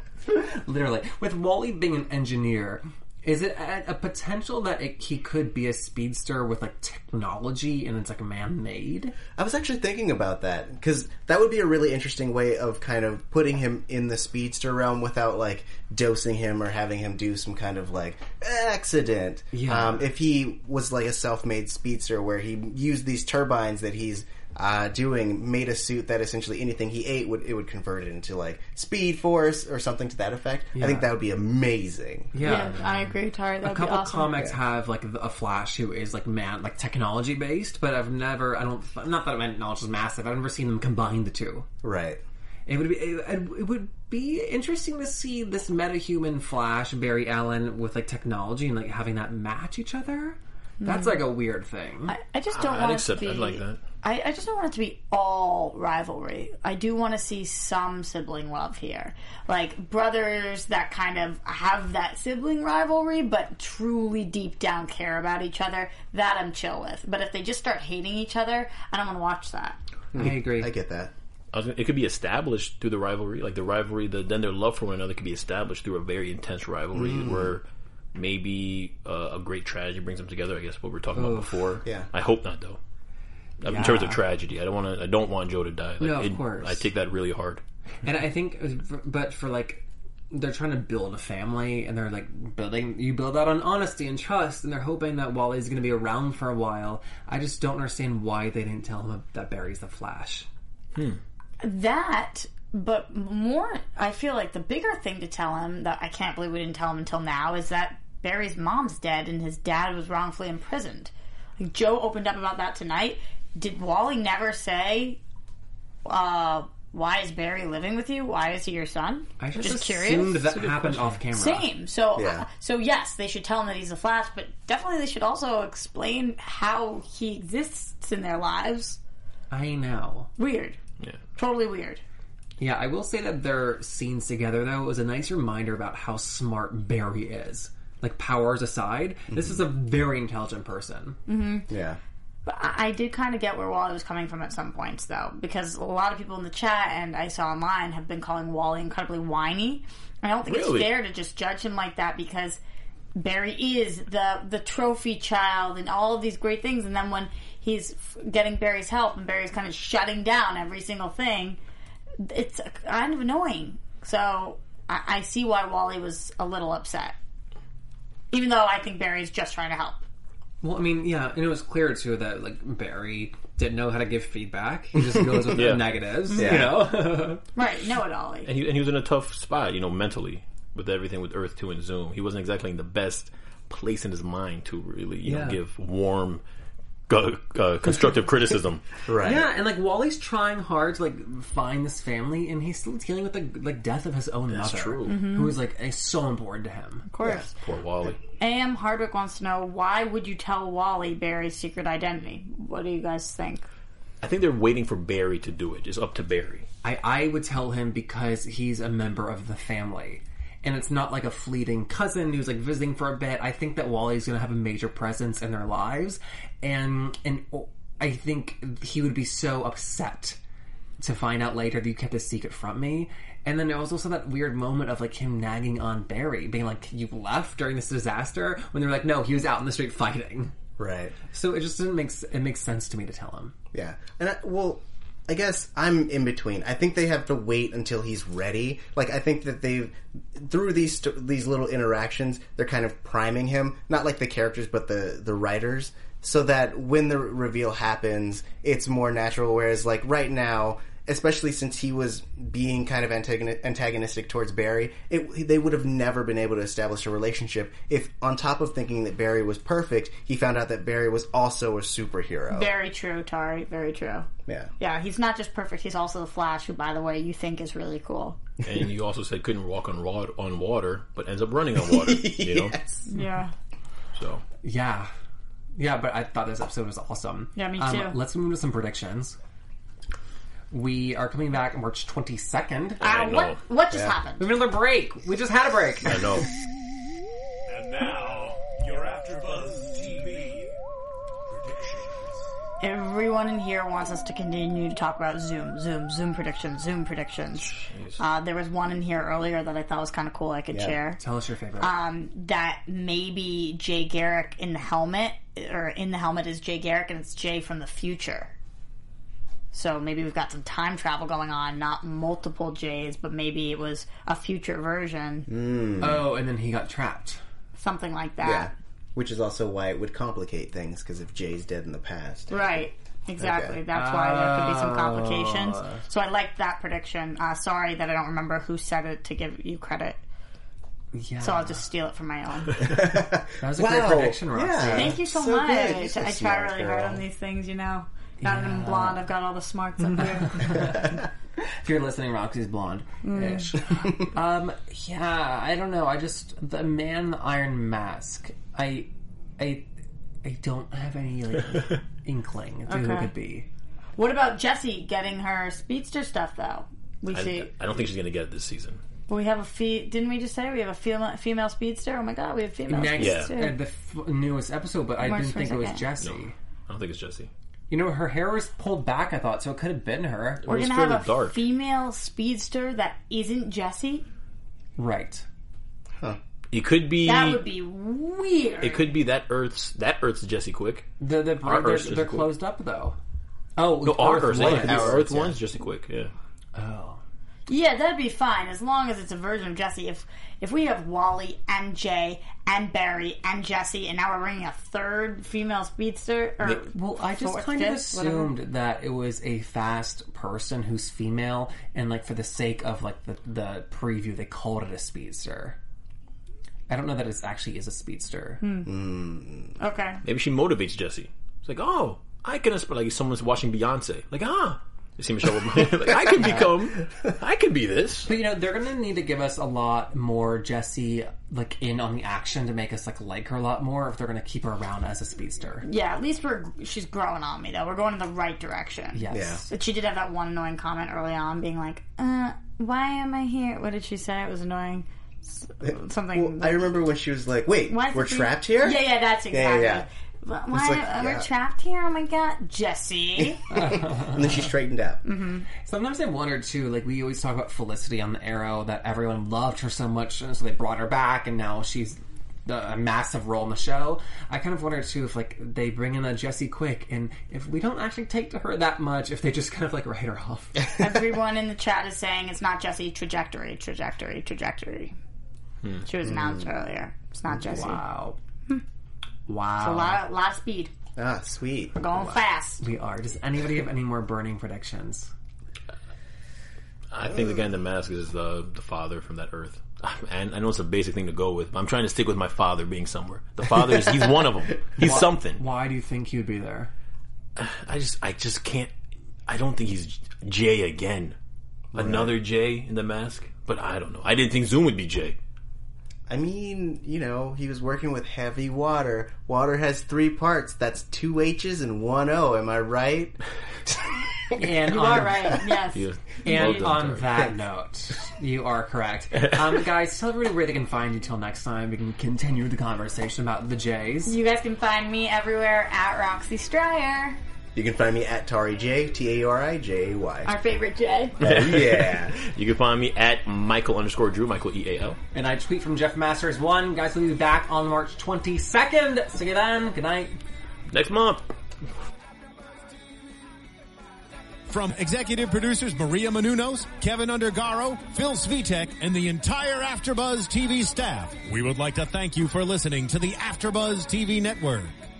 [SPEAKER 3] literally with Wally being an engineer. Is it a, a potential that it, he could be a speedster with like technology and it's like man made?
[SPEAKER 4] I was actually thinking about that because that would be a really interesting way of kind of putting him in the speedster realm without like dosing him or having him do some kind of like accident.
[SPEAKER 3] Yeah.
[SPEAKER 4] Um, if he was like a self-made speedster where he used these turbines that he's uh, doing, made a suit that essentially anything he ate would it would convert it into like speed force or something to that effect. I think that would be amazing.
[SPEAKER 6] yeah, I agree, Tari. That
[SPEAKER 3] A
[SPEAKER 6] would be
[SPEAKER 3] couple
[SPEAKER 6] awesome.
[SPEAKER 3] comics have like a Flash who is like man, like technology based, but I've never, I don't, not that my knowledge is massive. I've never seen them combine the two.
[SPEAKER 4] Right.
[SPEAKER 3] It would be it, it would be interesting to see this metahuman Flash Barry Allen with like technology and like having that match each other. That's like a weird thing.
[SPEAKER 6] I, I just don't
[SPEAKER 5] I'd
[SPEAKER 6] want it
[SPEAKER 5] accept.
[SPEAKER 6] to be.
[SPEAKER 5] I'd like that.
[SPEAKER 6] I, I just don't want it to be all rivalry. I do want to see some sibling love here, like brothers that kind of have that sibling rivalry, but truly deep down care about each other. That I'm chill with. But if they just start hating each other, I don't want to watch that.
[SPEAKER 3] I, agree.
[SPEAKER 4] I get that.
[SPEAKER 5] I was gonna, it could be established through the rivalry, like the rivalry. The, then their love for one another could be established through a very intense rivalry,
[SPEAKER 3] Mm.
[SPEAKER 5] where maybe uh, a great tragedy brings them together. I guess what we were talking about before.
[SPEAKER 4] Yeah.
[SPEAKER 5] I hope not though. I mean, In terms of tragedy, I don't want to. I don't want Joe to die. Like,
[SPEAKER 3] No, of
[SPEAKER 5] it-
[SPEAKER 3] course.
[SPEAKER 5] I take that really hard.
[SPEAKER 3] and I think, but for like. They're trying to build a family, and they're like building. You build that on honesty and trust, and they're hoping that Wally's going to be around for a while. I just don't understand why they didn't tell him that Barry's the Flash.
[SPEAKER 6] that but more i feel like the bigger thing to tell him that i can't believe we didn't tell him until now is that barry's mom's dead and his dad was wrongfully imprisoned like joe opened up about that tonight did wally never say uh why is barry living with you why is he your son
[SPEAKER 3] I just,
[SPEAKER 6] Just curious.
[SPEAKER 3] assumed that happened off camera.
[SPEAKER 6] same so uh,
[SPEAKER 4] Yeah.
[SPEAKER 6] so yes they should tell him that he's a flash but definitely they should also explain how he exists in their lives
[SPEAKER 3] I know.
[SPEAKER 6] weird yeah totally weird
[SPEAKER 3] Yeah, I will say that their scenes together though was a nice reminder about how smart Barry is. Like powers aside, this is a very intelligent person.
[SPEAKER 4] Yeah.
[SPEAKER 6] I I did kind of get where Wally was coming from at some points, though, because a lot of people in the chat and I saw online have been calling Wally incredibly whiny. I don't think
[SPEAKER 5] Really?
[SPEAKER 6] it's fair to just judge him like that because Barry is the the trophy child and all of these great things, and then when he's f- getting Barry's help and Barry's kind of shutting down every single thing, it's kind of annoying. So I, I see why Wally was a little upset, even though I think Barry's just trying to help.
[SPEAKER 3] Well, I mean, yeah, and it was clear too that like Barry didn't know how to give feedback. He just goes with
[SPEAKER 5] Yeah.
[SPEAKER 3] the negatives,
[SPEAKER 4] Yeah.
[SPEAKER 3] you know.
[SPEAKER 6] Right? Know it, Ollie.
[SPEAKER 5] and he, and he was in a tough spot, you know, mentally with everything with Earth Two and Zoom. He wasn't exactly in the best place in his mind to really, you
[SPEAKER 3] Yeah.
[SPEAKER 5] know, give warm, gu- uh, constructive criticism.
[SPEAKER 4] Right.
[SPEAKER 3] yeah, and like Wally's trying hard to like find this family, and he's still dealing with the like death of his own
[SPEAKER 5] That's
[SPEAKER 3] mother,
[SPEAKER 5] true.
[SPEAKER 3] who is like is so important to him.
[SPEAKER 6] Of course.
[SPEAKER 5] Poor Wally.
[SPEAKER 6] AM Hardwick wants to know why would you tell Wally Barry's secret identity? What do you guys think?
[SPEAKER 5] I think they're waiting for Barry to do it. It's up to Barry.
[SPEAKER 3] I I would tell him because he's a member of the family. And it's not like a fleeting cousin who's like visiting for a bit. I think that Wally's going to have a major presence in their lives, and and I think he would be so upset to find out later that you kept a secret from me. And then there was also that weird moment of like him nagging on Barry, being like, "You left during this disaster," when they were like, "No, he was out in the street fighting."
[SPEAKER 4] Right.
[SPEAKER 3] So it just didn't make s- it makes sense to me to tell him.
[SPEAKER 4] Yeah. And I, well, I guess I'm in between. I think they have to wait until he's ready. Like I think that they've through these st- these little interactions, they're kind of priming him, not like the characters but the the writers, so that when the reveal happens, it's more natural whereas like right now Especially since he was being kind of antagoni- antagonistic towards Barry, it, they would have never been able to establish a relationship if, on top of thinking that Barry was perfect, he found out that Barry was also a superhero.
[SPEAKER 6] Very true, Tari. Very true.
[SPEAKER 4] yeah,
[SPEAKER 6] Yeah, he's not just perfect. He's also the Flash, who, by the way, you think is really cool.
[SPEAKER 5] And you also said couldn't walk on wa- on water, but ends up running on water. You know,
[SPEAKER 6] Yeah.
[SPEAKER 5] so
[SPEAKER 3] Yeah. Yeah, but I thought this episode was awesome.
[SPEAKER 6] Yeah, me
[SPEAKER 3] Um,
[SPEAKER 6] too.
[SPEAKER 3] let's move to some predictions. We are coming back March 22nd.
[SPEAKER 5] I know.
[SPEAKER 6] Uh, what what just happened?
[SPEAKER 3] Another break. We just had a break.
[SPEAKER 5] I know.
[SPEAKER 7] And now, your AfterBuzz TV predictions.
[SPEAKER 6] Everyone in here wants us to continue to talk about Zoom, Zoom, Zoom predictions, Zoom predictions. Uh, there was one in here earlier that I thought was kind of cool. I could share.
[SPEAKER 3] Tell us your favorite.
[SPEAKER 6] Um, that maybe Jay Garrick in the helmet, or in the helmet is Jay Garrick, and it's Jay from the future. So maybe we've got some time travel going on, not multiple Jays, but maybe it was a future version,
[SPEAKER 4] Hmm.
[SPEAKER 3] oh, and then he got trapped.
[SPEAKER 6] something like that.
[SPEAKER 4] Yeah. Which is also why it would complicate things because if Jay's dead in the past,
[SPEAKER 6] Right. Exactly. That's why there could be some complications. So I liked that prediction. Uh, sorry that I don't remember who said it to give you credit.
[SPEAKER 3] Yeah.
[SPEAKER 6] So I'll just steal it from my own.
[SPEAKER 3] that was a great prediction, Roxy.
[SPEAKER 6] Thank you so,
[SPEAKER 4] So
[SPEAKER 6] much.
[SPEAKER 4] good. You're so
[SPEAKER 6] I try
[SPEAKER 4] smart,
[SPEAKER 6] really hard
[SPEAKER 4] girl.
[SPEAKER 6] on these things, you know. Not even blonde. I've got all the smarts up here.
[SPEAKER 3] If you're listening, Roxy's blonde
[SPEAKER 6] Mm.
[SPEAKER 3] ish.
[SPEAKER 6] Uh,
[SPEAKER 3] um, yeah, I don't know. I just the man in the iron mask. I I I don't have any like inkling to who it
[SPEAKER 6] Okay.
[SPEAKER 3] could be.
[SPEAKER 6] What about Jessie getting her speedster stuff though? We see.
[SPEAKER 5] I, I don't think she's gonna get it this season.
[SPEAKER 6] we have a fee. Didn't we just say we have a female female speedster? Oh my god, we have female
[SPEAKER 3] next
[SPEAKER 5] Yeah.
[SPEAKER 6] speedster.
[SPEAKER 3] uh, the f- newest episode, but I
[SPEAKER 6] March
[SPEAKER 3] didn't think it was
[SPEAKER 6] 22nd.
[SPEAKER 3] Jesse.
[SPEAKER 5] I don't think it's Jesse.
[SPEAKER 3] You know, her hair was pulled back. I thought so. It could have been her,
[SPEAKER 6] We're
[SPEAKER 5] It's
[SPEAKER 6] gonna
[SPEAKER 5] fairly
[SPEAKER 6] have a
[SPEAKER 5] dark.
[SPEAKER 6] female speedster that isn't Jessie.
[SPEAKER 3] right?
[SPEAKER 5] It could be.
[SPEAKER 6] That would be weird.
[SPEAKER 5] It could be that Earth's that Earth's Jesse Quick.
[SPEAKER 3] The the
[SPEAKER 5] Our
[SPEAKER 3] they're,
[SPEAKER 5] Earth's just
[SPEAKER 3] they're
[SPEAKER 5] cool.
[SPEAKER 3] closed up though. Oh,
[SPEAKER 5] No, our Earth.
[SPEAKER 3] Earth
[SPEAKER 5] Yeah, it could be
[SPEAKER 3] was.
[SPEAKER 5] our Earth one's Jesse Quick. Yeah.
[SPEAKER 3] Oh,
[SPEAKER 6] yeah, that'd be fine as long as it's a version of Jessie. If if we have Wally and Jay and Barry and Jessie, and now we're bringing a third female speedster. Or
[SPEAKER 3] Well, I just
[SPEAKER 6] fourth,
[SPEAKER 3] kind of
[SPEAKER 6] fifth, whatever.
[SPEAKER 3] assumed that it was a fast person who's female, and like for the sake of like the the preview, they called it a speedster. I don't know that it actually is a speedster.
[SPEAKER 6] Okay.
[SPEAKER 5] Maybe she motivates Jesse. It's like, oh, I can aspire. Like someone's watching Beyonce. Like, ah, you see Michelle. Obama. like, I can become. I can be this.
[SPEAKER 3] But you know, they're gonna need to give us a lot more Jesse like in on the action to make us like like her a lot more if they're gonna keep her around as a speedster.
[SPEAKER 6] Yeah, at least we're she's growing on me though. We're going in the right direction.
[SPEAKER 3] Yes.
[SPEAKER 6] But she did have that one annoying comment early on, being like, "Uh, why am I here? What did she say? It was annoying. S- Something.
[SPEAKER 4] I remember when she was like, "Wait,
[SPEAKER 6] why is
[SPEAKER 4] we're
[SPEAKER 6] it-
[SPEAKER 4] trapped here."
[SPEAKER 6] Yeah, yeah, that's
[SPEAKER 4] yeah,
[SPEAKER 6] exactly.
[SPEAKER 4] yeah.
[SPEAKER 6] But Why
[SPEAKER 4] like,
[SPEAKER 6] uh,
[SPEAKER 4] yeah.
[SPEAKER 6] we're trapped here? Oh my god, Jesse.
[SPEAKER 4] And then she straightened out.
[SPEAKER 6] Mm-hmm.
[SPEAKER 3] Sometimes I wonder too, like we always talk about Felicity on the Arrow that everyone loved her so much, so they brought her back, and now she's a massive role in the show. I kind of wonder too if like they bring in a Jesse Quick and if we don't actually take to her that much, if they just kind of like write her off.
[SPEAKER 6] Everyone in the chat is saying it's not Jesse. Trajectory, trajectory, trajectory. She was announced
[SPEAKER 4] Hmm.
[SPEAKER 6] earlier. It's not Jesse.
[SPEAKER 3] wow. Wow.
[SPEAKER 6] Hmm. A lot, a lot of speed.
[SPEAKER 4] Ah, sweet.
[SPEAKER 6] Going fast.
[SPEAKER 3] we are. Does anybody have any more burning predictions?
[SPEAKER 5] I think the guy in the mask is the the father from that Earth. And I know it's a basic thing to go with, but I'm trying to stick with my father being somewhere. The father is he's one of them. He's something.
[SPEAKER 3] Why do you think you'd be there?
[SPEAKER 5] I just I just can't. I don't think he's Jay again. Another Jay in the mask. But I don't know. I didn't think Zoom would be Jay.
[SPEAKER 4] I mean, you know, he was working with heavy water. Water has three parts. That's two H's and one O. Am I right?
[SPEAKER 3] And
[SPEAKER 6] You
[SPEAKER 3] on,
[SPEAKER 6] are right. Yes.
[SPEAKER 5] Yeah.
[SPEAKER 3] And
[SPEAKER 5] Well done,
[SPEAKER 3] on
[SPEAKER 5] Derek.
[SPEAKER 3] that note, you are correct. Um, guys, tell everybody where they can find you till next time. We can continue the conversation about the Jays.
[SPEAKER 6] You guys can find me everywhere at Roxy Stryer.
[SPEAKER 4] You can find me at Tari J, T A R I J A Y.
[SPEAKER 6] Our favorite Jay.
[SPEAKER 4] Oh, yeah.
[SPEAKER 5] You can find me at Michael underscore Drew Michael E A L.
[SPEAKER 3] And I tweet from Jeff Masters one. Guys, we'll be back on March 22nd. See you then. Good night.
[SPEAKER 5] Next month.
[SPEAKER 8] From executive producers Maria Manunos, Kevin Undergaro, Phil Svitek, and the entire Afterbuzz TV staff, we would like to thank you for listening to the Afterbuzz TV network.